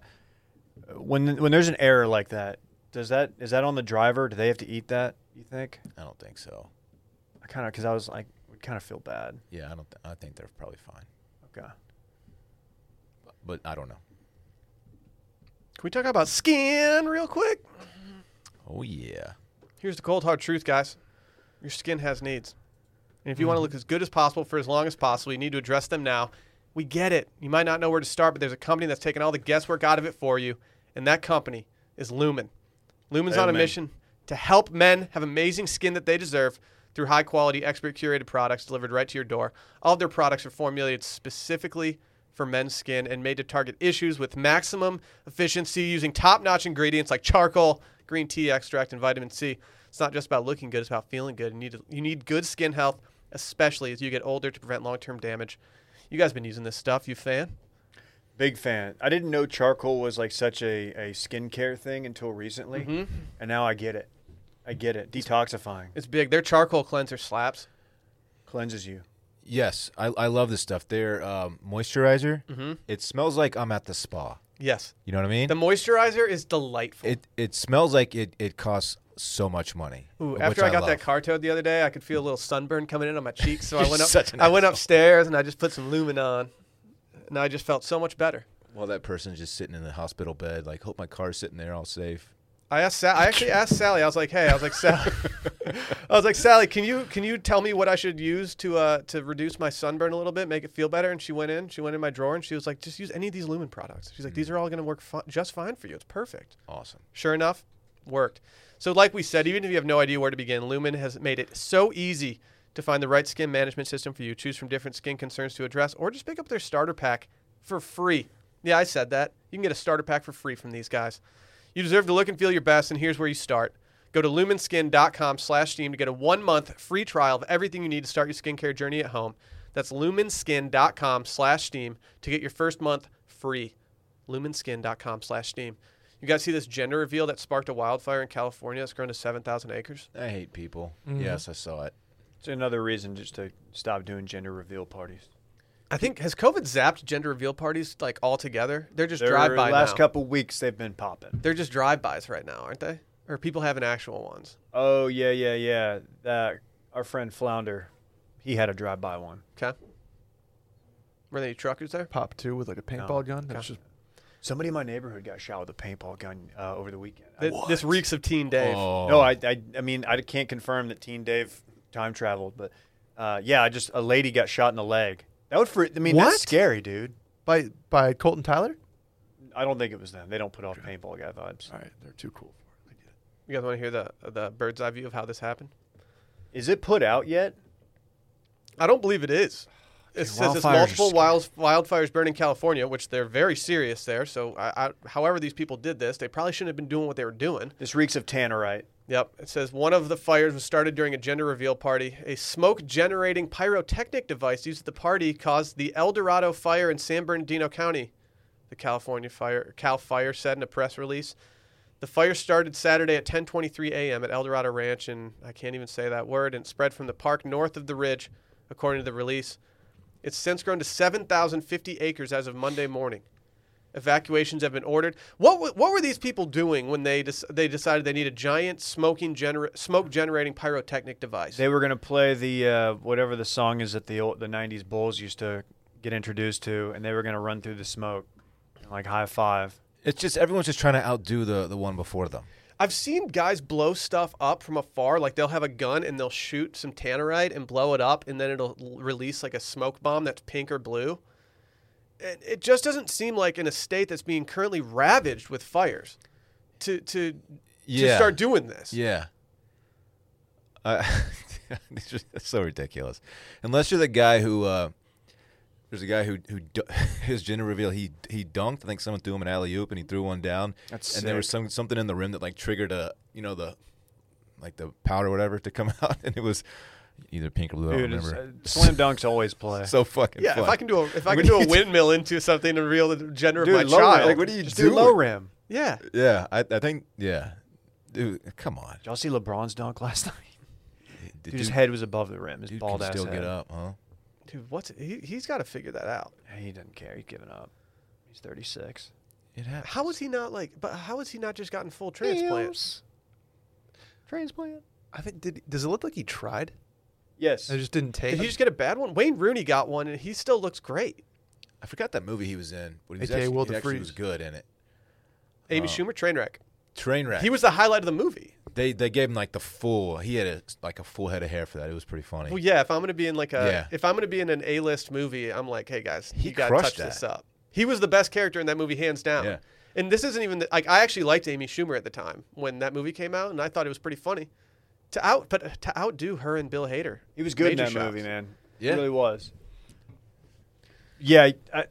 when when there's an error like that does that is that on the driver do they have to eat that you think I don't think so. i kind of because i was like would kind of feel bad Yeah, I don't. Th- I think they're probably fine, okay but I don't know. Can we talk about skin real quick? Oh yeah. Here's the cold hard truth, guys. Your skin has needs. And if you want to look as good as possible for as long as possible, you need to address them now. We get it. You might not know where to start, but there's a company that's taking all the guesswork out of it for you, and that company is Lumen. Lumen's on a Lumen. mission to help men have amazing skin that they deserve through high quality, expert curated products delivered right to your door. All of their products are formulated specifically for men's skin and made to target issues with maximum efficiency using top-notch ingredients like charcoal, green tea extract, and vitamin C. It's not just about looking good; it's about feeling good. You need you need good skin health, especially as you get older, to prevent long-term damage. You guys been using this stuff, you fan? Big fan. I didn't know charcoal was like such a, a skincare thing until recently, Mm-hmm. and now I get it. I get it. Detoxifying It's big. Their charcoal cleanser slaps. cleanses you. Yes, I, I love this stuff. Their um, moisturizer, it smells like I'm at the spa. Yes, You know what I mean? the moisturizer is delightful. it it smells like it, it costs so much money. Ooh, which after I got that love. car towed the other day, I could feel a little sunburn coming in on my cheeks. So I (laughs) You're went up. such an I went asshole. upstairs and I just put some Lumin on, and I just felt so much better. While that person's just sitting in the hospital bed, like, hope my car's sitting there all safe. I asked. Sa- I actually asked Sally. I was like, "Hey," I was like, (laughs) "Sally," I was like, "Sally, can you can you tell me what I should use to uh, to reduce my sunburn a little bit, make it feel better?" And she went in. She went in my drawer and she was like, "Just use any of these Lumen products." She's Hmm. like, "These are all going to work fi- just fine for you. It's perfect." Awesome. Sure enough, worked. So, like we said, even if you have no idea where to begin, Lumen has made it so easy to find the right skin management system for you. Choose from different skin concerns to address, or just pick up their starter pack for free. Yeah, I said that. You can get a starter pack for free from these guys. You deserve to look and feel your best, and here's where you start. Go to lumenskin.com slash steam to get a one-month free trial of everything you need to start your skincare journey at home. That's lumenskin.com slash steam to get your first month free lumenskin.com slash steam. You guys see this gender reveal that sparked a wildfire in California that's grown to 7,000 acres? I hate people. Yes, I saw it. It's another reason just to stop doing gender reveal parties. I think, has COVID zapped gender reveal parties like altogether? They're just Their drive-by last now. couple weeks they've been popping. They're just drive-bys right now, aren't they? Or people having actual ones. Oh yeah, yeah, yeah. That our friend Flounder, he had a drive-by one. Okay. Were there any truckers there? Pop two with like a paintball gun. That's just Somebody in my neighborhood got shot with a paintball gun uh, over the weekend. I- Th- This reeks of Teen Dave. Oh. No, I, I, I mean, I can't confirm that Teen Dave time traveled, but uh, yeah, I just a lady got shot in the leg. That would, fr- I mean, What? that's scary, dude. by by Colton Tyler. I don't think it was them. They don't put off paintball guy vibes. All right, they're too cool for it. They get it. You guys want to hear the the bird's eye view of how this happened? Is it put out yet? I don't believe it is. It says it's wildfires are multiple scary. wild, wildfires burning California, which they're very serious there. So, I, I, however these people did this, they probably shouldn't have been doing what they were doing. This reeks of tannerite. Yep. It says one of the fires was started during a gender reveal party. A smoke generating pyrotechnic device used at the party caused the El Dorado fire in San Bernardino County, the California fire Cal Fire said in a press release. The fire started Saturday at 10:23 a.m. at El Dorado Ranch and I can't even say that word and it spread from the park north of the ridge according to the release. It's since grown to 7,050 acres as of Monday morning. Evacuations have been ordered. What w- what were these people doing when they des- they decided they need a giant smoking gener- smoke generating pyrotechnic device? They were gonna play the uh, whatever the song is that the old, the '90s Bulls used to get introduced to, and they were gonna run through the smoke, and like high five. It's just everyone's just trying to outdo the, the one before them. I've seen guys blow stuff up from afar. Like they'll have a gun and they'll shoot some tannerite and blow it up, and then it'll l- release like a smoke bomb that's pink or blue. And it just doesn't seem like in a state that's being currently ravaged with fires to to, to Yeah. start doing this. Yeah. Uh, (laughs) these are that's so ridiculous. Unless you're the guy who uh, there's a guy who who du- (laughs) his gender reveal he he dunked. I think someone threw him an alley oop and he threw one down. That's and there was sick. some something in the rim that like triggered a you know the like the powder or whatever to come (laughs) out and it was either pink or blue. I Dude, don't it's, remember. uh, (laughs) slam dunks always play. so fucking Yeah, fun. if I can do a if I We can do a need to- windmill into something and reveal the gender Dude, of my low child, rim. Like, what are you Just do low doing? rim. yeah, yeah, I, I think yeah. Dude, come on. Did y'all see LeBron's dunk last (laughs) night? Did Dude, his head was above the rim. His dude bald can ass still head. get up, huh? dude, what's he, he's got to figure that out. He doesn't care. He's giving up. He's 36. It happened. How was he not like? But how was he not just gotten full transplant? Transplant. I think did does it look like he tried? Yes. I just didn't take. Did he it? just get a bad one? Wayne Rooney got one, and he still looks great. I forgot that movie he was in, but he was AKA actually, Will he actually was DeFreeze. good in it. Oh. Amy Schumer train wreck. Trainwreck. He was the highlight of the movie. They they gave him like the full. He had a, like a full head of hair for that. It was pretty funny. Well, yeah. If I'm gonna be in like a, Yeah. if I'm gonna be in an A-list movie, I'm like, hey guys, He you gotta touch crushed this that. up. He was the best character in that movie, hands down. Yeah. And this isn't even the, like I actually liked Amy Schumer at the time when that movie came out, and I thought it was pretty funny. To out, but to outdo her and Bill Hader, he was good in Major that shots. movie, man. Yeah. He really was. Yeah. I,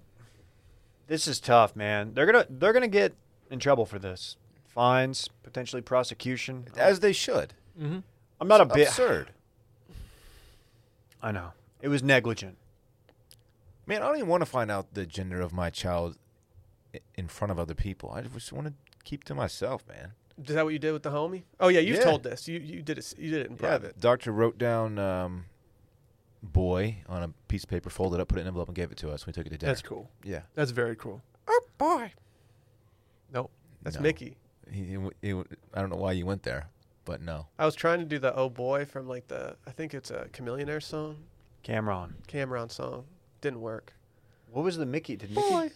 This is tough, man. They're gonna they're gonna get in trouble for this. Fines, potentially prosecution. as they should. Mm-hmm. I'm not a bit. Absurd. I know it was negligent. Man, I don't even want to find out the gender of my child i- in front of other people. I just want to keep to myself, man. Is that what you did with the homie? Oh yeah, you've Yeah. told this. You you did it. You did it in private. the doctor wrote down um, boy on a piece of paper, folded up, put it in an envelope, and gave it to us. We took it to dinner. That's cool. yeah. That's very cool. Oh boy, Nope. that's No. Mickey. He- he w- he w- I don't know why you went there, but no. I was trying to do the oh boy from like the I think it's a Chameleonaire song, Cameron, Cameron song. Didn't work. what was the Mickey? Did Mickey? Boy.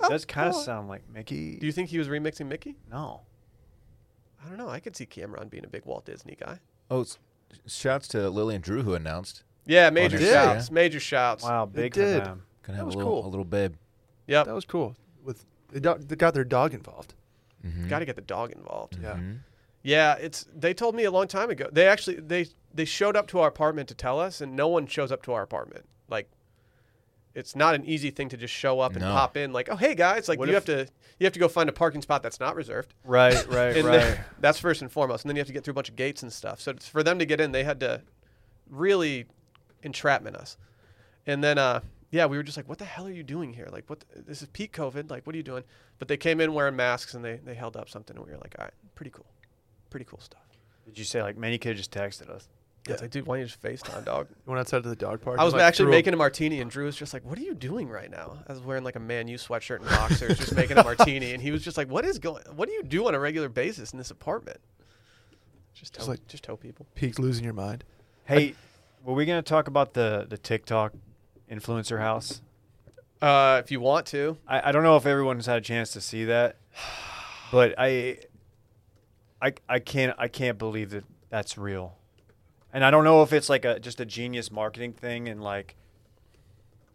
Oh, It does kind of boy. sound like Mickey. Do you think he was remixing Mickey? no. I don't know. I could see Cameron being a big Walt Disney guy. Oh, s- shouts to Lily and Drew who announced. Yeah, major did. shouts. Major shouts. Wow, big for did. them. Gonna That have was a little cool. a little babe. Yep. That was cool. With they, do- they got their dog involved. Mhm. Got to get the dog involved. Yeah. Mhm. Yeah, it's they told me a long time ago. They actually they they showed up to our apartment to tell us and no one shows up to our apartment. Like it's not an easy thing to just show up and No. pop in like, "Oh, hey guys, like What you if- have to you have to go find a parking spot that's not reserved." Right, (laughs) right, And right. then- that's first and foremost, and then you have to get through a bunch of gates and stuff. So it's, for them to get in, they had to really entrapment us. And then, uh, yeah, we were just like, "What the hell are you doing here? Like, what? The, this is peak COVID. Like, what are you doing?" But they came in wearing masks and they they held up something, and we were like, "All right, pretty cool, pretty cool stuff." Did you say like many kids just texted us? Yeah. It's like, dude, why don't you just FaceTime, dog? They went outside to the dog park. I and, was like, actually threw a- making a martini, and Drew was just like, "What are you doing right now?" I was wearing like a Man U sweatshirt and boxers, just making a martini, and he was just like, "What is going? What do you do on a regular basis in this apartment?" Just tell, Just like- just tell people. peaked losing your mind. Hey, were we gonna talk about the the TikTok influencer house? Uh, if you want to, I, I don't know if everyone's had a chance to see that, but I, I, I can't I can't believe that that's real, and I don't know if it's like a just a genius marketing thing and like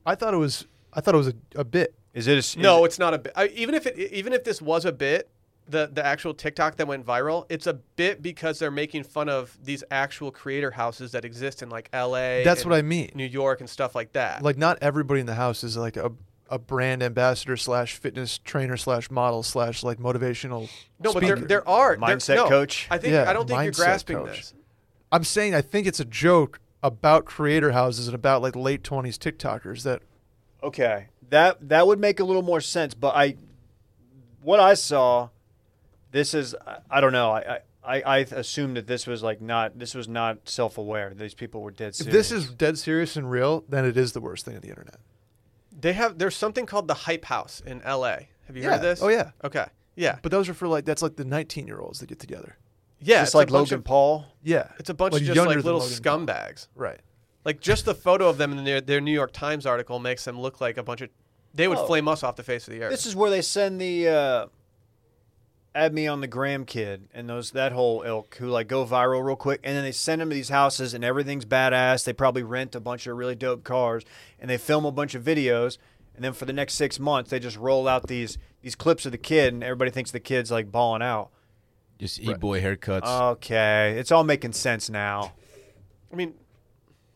I thought it was. I thought it was a, a bit. is it a, is no, it- it's not a bit. I, even if it, e, even if this was a bit, the the actual TikTok that went viral, it's a bit because they're making fun of these actual creator houses that exist in like L.A. That's and what I mean. New York and stuff like that. Like not everybody in the house is like a a brand ambassador slash fitness trainer slash model slash like motivational. no, but speaker. there there are there- Mindset no, coach? I think Yeah, I don't think you're mindset grasping coach. this. I'm saying I think it's a joke about creator houses and about like late twenties TikTokers that okay that that would make a little more sense, but I what I saw, this is I, I don't know I. I I, I assume that this was like not this was not self aware. These people were dead if serious. this is dead serious and real, then it is the worst thing on the internet. They have there's something called the Hype House in L.A. Have you Yeah. heard of this? Oh, yeah. Okay. Yeah. But those are for like that's like the 19 year olds that get together. Yeah. just It's like a bunch Logan of- Paul. Yeah, It's a bunch Like, of just younger like than little Logan Paul. scumbags. Right. Like just the photo of them in their, their New York Times article makes them look like a bunch of. They would Oh. flame us off the face of the earth. This is where they send the uh, add me on the gram kid and those that whole ilk who like go viral real quick, and then they send them to these houses and everything's badass. They probably rent a bunch of really dope cars and they film a bunch of videos, and then for the next six months they just roll out these these clips of the kid, and everybody thinks the kid's like balling out. Just e boy haircuts. Uh, Okay, it's all making sense now. I mean,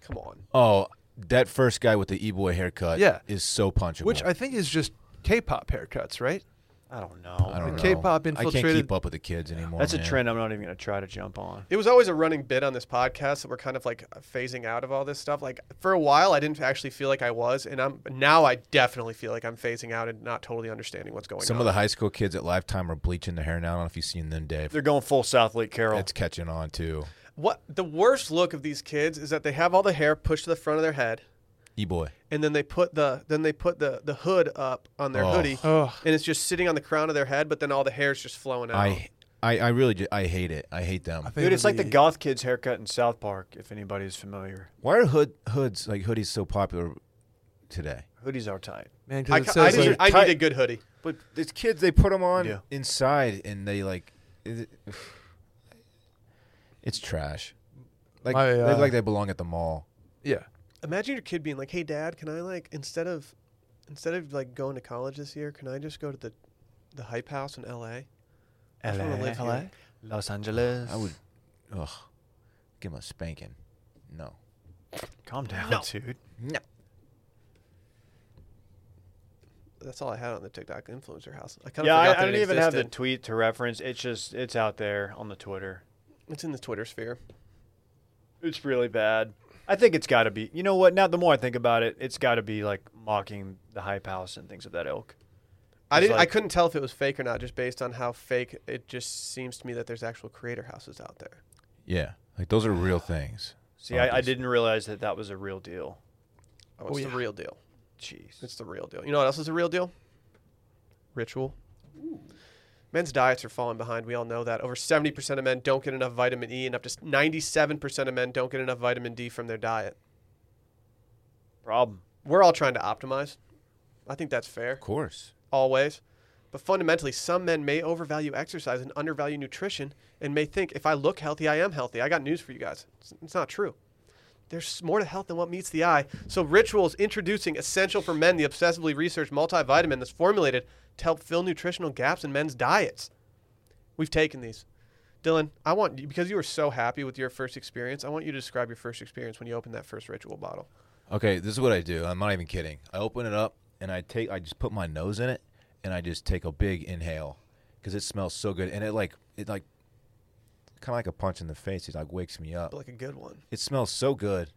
come on. oh, that first guy with the e boy haircut. Yeah. is so punchable. Which I think is just K-pop haircuts, right? I don't know. I don't know. K-pop I can't infiltrated- keep up with the kids anymore. That's a man. trend I'm not even gonna try to jump on. It was always a running bit on this podcast that we're kind of like phasing out of all this stuff. Like for a while, I didn't actually feel like I was, and I'm now I definitely feel like I'm phasing out and not totally understanding Oh what's going Some on. of the high school kids at Lifetime are bleaching their hair now. I don't know if you've seen them, Dave. They're going full South Lake Carroll. It's catching on too. what the worst look of these kids is that they have all the hair pushed to the front of their head, E boy. and then they put the then they put the the hood up on their Oh. hoodie, Ugh. and it's just sitting on the crown of their head, but then all the hair's just flowing out. I, I, I really, ju- I hate it. I hate them. I think Dude, it's like the the- goth kid's haircut in South Park. If anybody is familiar, Why are hood hoods like hoodies so popular today? hoodies are tight. man 'cause I, it ca- I says, need, like, I tight- need a good hoodie. But these kids, they put them on Yeah. inside, and they like, it- (sighs) it's trash. Like My, they uh, look like they belong at the mall. yeah. imagine your kid being like, "Hey, Dad, can I like instead of instead of like going to college this year, can I just go to the the hype house in L.A.?" I just wanna live here. Los Angeles. I would, ugh, give them a spanking. No, calm down, dude. no. that's all I had on the TikTok influencer house. I kind of yeah, forgot I, that I don't it even have the existed. tweet to reference. It's just it's out there on the Twitter. It's in the Twitter sphere. It's really bad. I think it's got to be. You know what? Now the more I think about it, it's got to be like mocking the hype house and things of that ilk. I It's didn't. I like- couldn't tell if it was fake or not, just based on how fake it just seems to me that there's actual creator houses out there. Yeah, like those are real things. See, I, I Obvious. didn't realize that that was a real deal. Oh, it's Oh, the yeah. real deal. Jeez. It's the real deal. You know what else is a real deal? Ritual. Men's diets are falling behind. We all know that. Over 70% of men don't get enough vitamin E, and up to 97% of men don't get enough vitamin D from their diet. Problem. We're all trying to optimize. I think that's fair, Of course. always. But fundamentally, some men may overvalue exercise and undervalue nutrition and may think, if I look healthy, I am healthy. I got news for you guys. It's, it's not true. There's more to health than what meets the eye. So, Ritual is introducing Essential for Men, the obsessively researched multivitamin that's formulated to help fill nutritional gaps in men's diets. We've taken these. Dylan, I want you, because you were so happy with your first experience, I want you to describe your first experience when you opened that first Ritual bottle. Okay, this is what I do. I'm not even kidding. I open it up and I take. I just put my nose in it and I just take a big inhale because it smells so good and it like it like kind of like a punch in the face. It like wakes me up. But like a good one. It smells so good,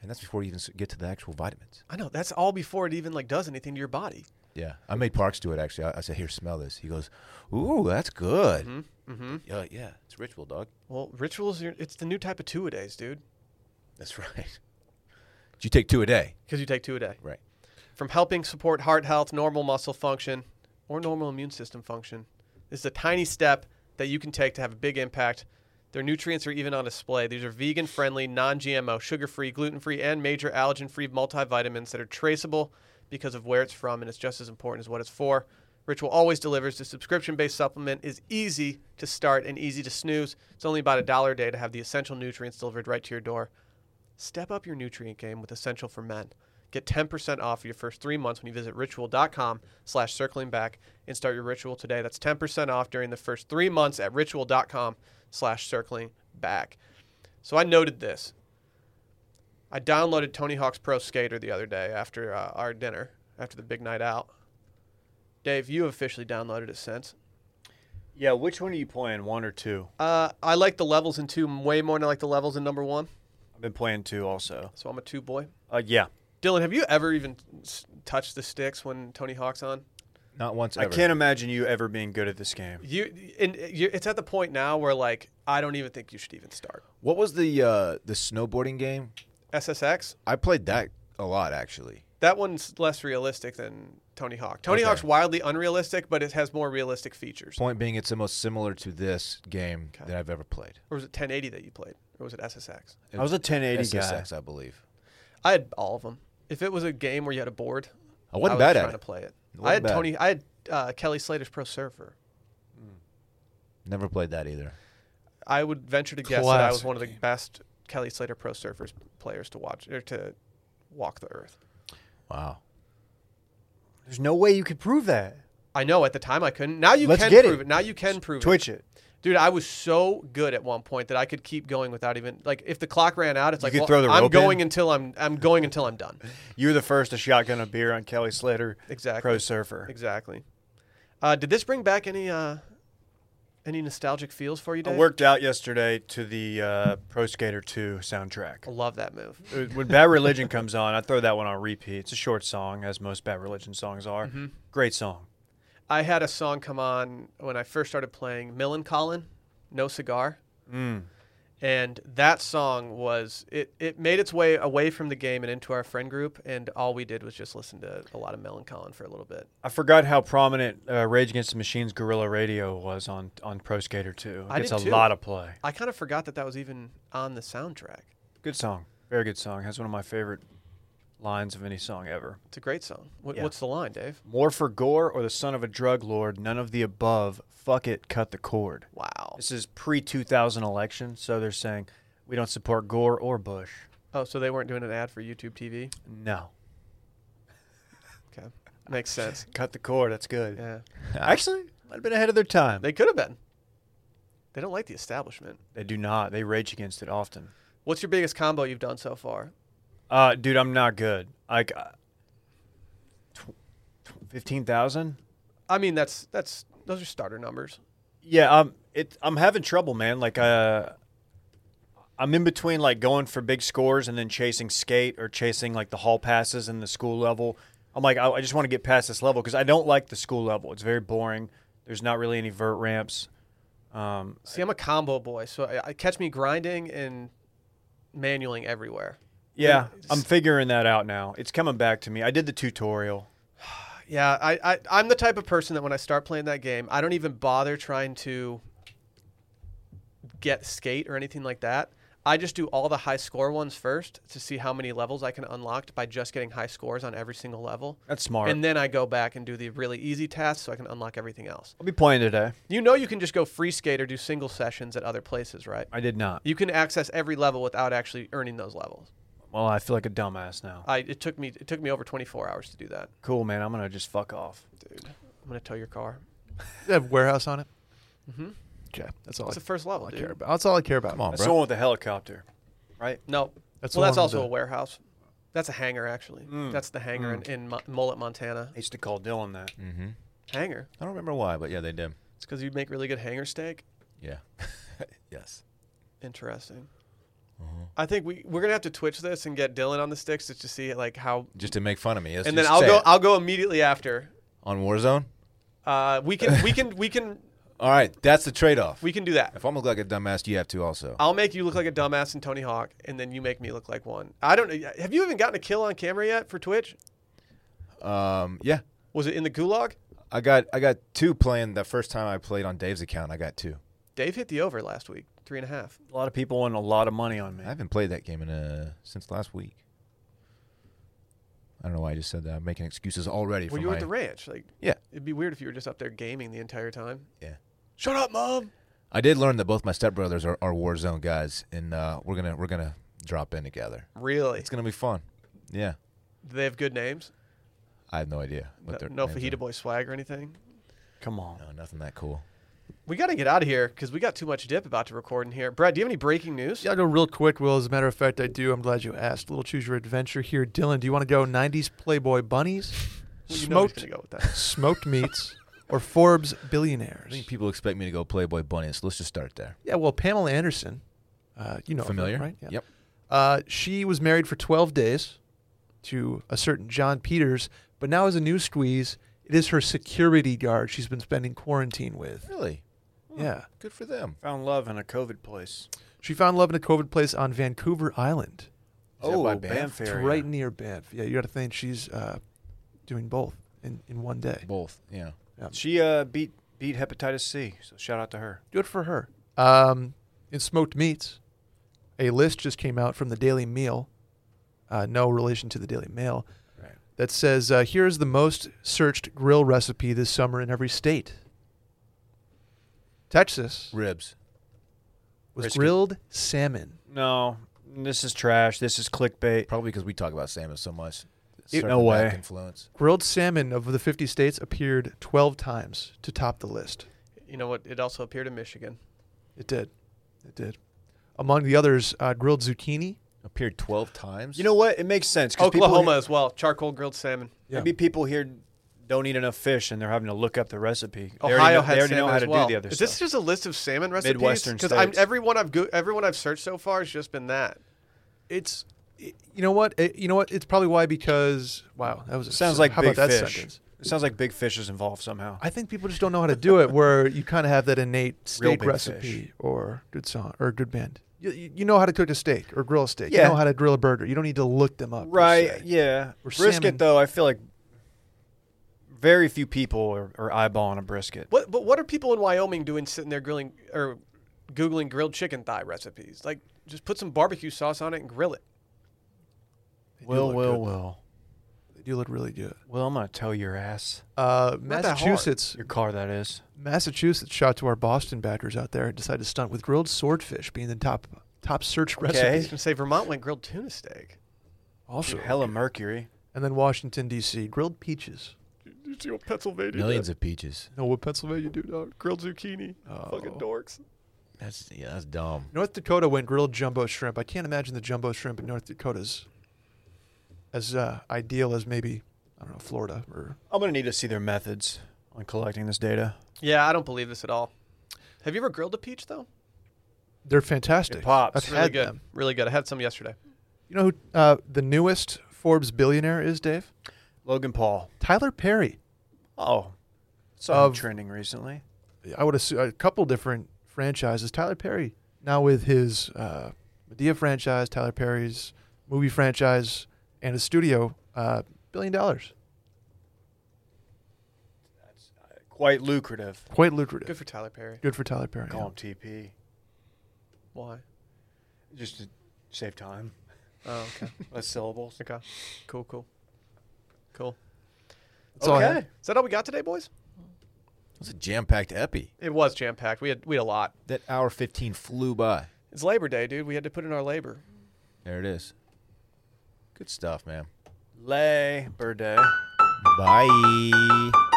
and that's before you even s- get to the actual vitamins. I know. That's all before it even like does anything to your body. Yeah, I made Parks do it actually. I, I said, "Here, smell this." He goes, "Ooh, that's good." Mm-hmm. Yeah, yeah, it's ritual, dog. Well, rituals, are, it's the new type of two a days, dude. That's (laughs) right. You take two a day, Because you take two a day. right? From helping support heart health, normal muscle function, or normal immune system function, this is a tiny step that you can take to have a big impact. Their nutrients are even on display. These are vegan friendly, non GMO, sugar free, gluten free, and major allergen free multivitamins that are traceable because of where it's from, and it's just as important as what it's for. Ritual always delivers. The subscription based supplement is easy to start and easy to snooze. It's only about a dollar a day to have the essential nutrients delivered right to your door. Step up your nutrient game with Essential for Men. Get 10% off your first three months when you visit ritual.com slash circling back and start your ritual today. That's 10% off during the first three months at ritual.com slash circling back. So I noted this. I downloaded Tony Hawk's Pro Skater the other day after uh, our dinner, after the big night out. Dave, you have officially downloaded it since. Yeah, which one are you playing? One or two? Uh, I like the levels in two way more than I like the levels in number one, I've been playing two also. so I'm a two boy. Uh, yeah. Dylan, have you ever even s- touched the sticks when Tony Hawk's on? Not once. I Ever. can't imagine you ever being good at this game. You and you it's at the point now where like I don't even think you should even start. What was the uh, the snowboarding game? SSX, I played that a lot actually. that one's less realistic than Tony Hawk. Tony Okay. Hawk's wildly unrealistic, but it has more realistic features. Point being, it's the most similar to this game Okay. that I've ever played. Or was it 1080 that you played? Or was it SSX? It I was a 1080 guy. SSX, I believe. I had all of them. If it was a game where you had a board, I wasn't was bad trying at to it. play it. It I had wasn't bad. Tony. I had uh, Kelly Slater's Pro Surfer. Never played that either. I would venture to guess that I was Classic one of the best Kelly Slater Pro Surfers players to watch or to walk the earth. Wow. There's no way you could prove that. I know at the time I couldn't. Now you Let's can get prove it. it. Now you can prove it. Twitch it. Dude, I was so good at one point that I could keep going without even like if the clock ran out, it's You like could well, throw the I'm rope going in? until I'm I'm going until I'm done. You were the first to shotgun a beer on Kelly Slater, Exactly. pro surfer. Exactly. Uh, did this bring back any uh, any nostalgic feels for you, I Dave? worked out yesterday to the uh, Pro Skater 2 soundtrack. I love that move. Uh, when Bad Religion comes on, I throw that one on repeat. It's a short song, as most Bad Religion songs are. Mm-hmm. Great song. I had a song come on when I first started playing Millencolin, No Cigar. Mm. and that song was it, it made its way away from the game and into our friend group and all we did was just listen to a lot of melancholy for a little bit I forgot how prominent uh, Rage Against the Machine's Guerrilla Radio was on, on Pro Skater 2. I It gets did a too. lot of play. i kind of forgot that that was even on the soundtrack Good song. Very good song. Has one of my favorite lines of any song ever. it's a great song what, Yeah. what's the line dave More for gore or the son of a drug lord, none of the above. Fuck it, cut the cord. wow This is pre 2000 election, so they're saying we don't support Gore or Bush. oh so they weren't doing an ad for youtube tv No. okay (laughs) makes sense Cut the cord, that's good. yeah Actually, might have been ahead of their time. They, they could have been they don't like the establishment do not. They rage against it often. what's your biggest combo you've done so far Uh, dude, I'm not good. Like, uh, tw- fifteen thousand. I mean, that's that's those are starter numbers. Yeah, I'm it. I'm having trouble, man. Like, uh, I'm in between like going for big scores and then chasing skate or chasing like the hall passes and the school level. I'm like, I, I just want to get past this level because I don't like the school level. It's very boring. There's not really any vert ramps. Um, See, I'm a combo boy, so I, I catch me grinding and manualing everywhere. yeah, I'm figuring that out now. It's coming back to me. I did the tutorial. Yeah, I, I I'm the type of person that when I start playing that game, I don't even bother trying to get skate or anything like that. I just do all the high score ones first to see how many levels I can unlock by just getting high scores on every single level. That's smart. And then I go back and do the really easy tasks so I can unlock everything else. I'll be playing today. You know you can just go free skate or do single sessions at other places, right? I did not. You can access every level without actually earning those levels. Well, I feel like a dumbass now. I it took me it took me over 24 hours to do that, Cool, man. I'm gonna just fuck off. dude. I'm going to tow your car. They have warehouse on it. Mhm. Okay, that's all It's I, the first all level, I dude. care about. That's all I care about. Come on, That's bro. the one with the helicopter, right? No. That's well, that's the one Mm. with also the- a warehouse. That's a hangar, actually. That's the hangar in, in Mo- Mullet, Montana. I used to call Dylan that. Mm-hmm. Hangar. I don't remember why, but yeah, they did. It's because you make really good hangar steak. Yeah. (laughs) yes. Interesting. Mm-hmm. I think we we're gonna have to twitch this and get Dylan on the sticks just to see like how. Just to make fun of me. Yes, and then just I'll say go. it. I'll go immediately after. on Warzone. Uh, we can we can we can All right, that's the trade-off. we can do that. if I'm look like a dumbass, you have to also. I'll make you look like a dumbass in Tony Hawk, and then you make me look like one. I don't know. Have you even gotten a kill on camera yet for Twitch? Um, yeah, Was it in the gulag? I got I got two playing the first time I played on Dave's account. I got two. Dave hit the over last week, three and a half. A lot of people want a lot of money on me. I haven't played that game in uh since last week. I don't know why I just said that. I'm making excuses already. Well, for you were my, at the ranch. Like, Yeah. it'd be weird if you were just up there gaming the entire time. Yeah. Shut up, mom. I did learn that both my stepbrothers are, are Warzone guys, and uh, we're gonna we're gonna drop in together. Really? It's gonna be fun. Yeah, Do they have good names? I have no idea. What No, their no names are. fajita boy swag or anything. Come on. No, nothing that cool. We got to get out of here because we got too much dip about to record in here. Brad, do you have any breaking news? Yeah, I'll go real quick, Will. As a matter of fact, I do. I'm glad you asked. Little choose your adventure here. Dylan, do you want to go 90s Playboy bunnies, Well, you know he's smoked, gonna go with that. smoked meats, or Forbes I think billionaires? people expect me to go Playboy Bunny, so let's just start there. Yeah, well, Pamela Anderson, uh, you know, her, Familiar? right? Yeah. Yep. Uh, she was married for 12 days to a certain John Peters, but now as a new squeeze, it is her security guard she's been spending quarantine with. Really Yeah. good for them. Found love in a COVID place. She found love in a COVID place on Vancouver Island. Is that by Banff? It's area. right near Banff. Yeah, you got to think she's uh, doing both in, in one day. Both. Yeah. She uh, beat beat hepatitis C, so shout out to her. Good for her. Um, in smoked meats, a list just came out from the Daily Meal, uh, no relation to the Daily Mail, Right. that says uh, here's the most searched grill recipe this summer in every state. Texas Ribs. was Brisket. grilled salmon. No, this is trash. This is clickbait. Probably because we talk about salmon so much. It- no Circling back way. Influence. Grilled salmon of the 50 states appeared 12 times to top the list. You know what? It also appeared in Michigan. It did. It did. Among the others, uh, grilled zucchini. Appeared twelve times. You know what? It makes sense. 'cause people Oklahoma here- as well. Charcoal grilled salmon. Maybe people here don't eat enough fish, and they're having to look up the recipe. They already Ohio know, they has already salmon know how as to well. do the other Is stuff. this just a list of salmon recipes? Midwestern I'm states. everyone I've go- everyone I've searched so far has just been that. It's, it- you know what? It- you know what? It's probably why because wow, that was a, sounds like how big about that fish. sentence? It sounds like big fish is involved somehow. I think people just don't know how to do it. Where you kind of have that innate (laughs) Real steak big recipe fish. or good song or good band. You, you you know how to cook a steak or grill a steak. You Yeah. know how to grill a burger. You don't need to look them up. per Right. se. Yeah. Or brisket salmon. though, I feel like very few people are, are eyeballing a brisket. What? But what are people in Wyoming doing, sitting there grilling or googling grilled chicken thigh recipes? Like, just put some barbecue sauce on it and grill it. They do Well, look well, good. well. They do look really good. Well, I'm gonna tow your ass. that Uh, hard. Massachusetts, Your car, that is. Massachusetts shot to our Boston backers out there and decided to stunt with grilled swordfish being the top top search I recipe. was gonna say Vermont went grilled tuna steak. Also, Hella mercury. and then Washington D.C. grilled peaches. You see what Pennsylvania? Millions of peaches. You know what Pennsylvania do, dog? grilled zucchini. Fucking Oh. Fucking dorks. That's yeah. That's dumb. North Dakota went grilled jumbo shrimp. I can't imagine the jumbo shrimp in North Dakota's as uh, ideal as maybe I don't know, Florida or I'm gonna need to see their methods on collecting this data. Yeah, I don't believe this at all. Have you ever grilled a peach though? they're fantastic. It pops. I've It's really had good. them. Really good. I had some yesterday. You know who uh, the newest Forbes billionaire is, Dave? Logan Paul. Tyler Perry. Oh, saw him Of- trending recently. I would assume a couple different franchises. Tyler Perry now with his uh, Medea franchise, Tyler Perry's movie franchise, and his studio, uh, billion dollars. Quite lucrative. Quite Good lucrative. for Tyler Perry. Good for Tyler Perry. Call him TP Why? just to save time, Oh, okay. less syllables. okay. Cool, cool. Cool. That's all I had. Is that all we got today, boys? It was a jam-packed epi. It was jam packed. We had we had a lot. That hour 15 flew by. It's Labor Day, dude. We had to put in our labor. There it is. Good stuff, man. Lay bird day. Bye.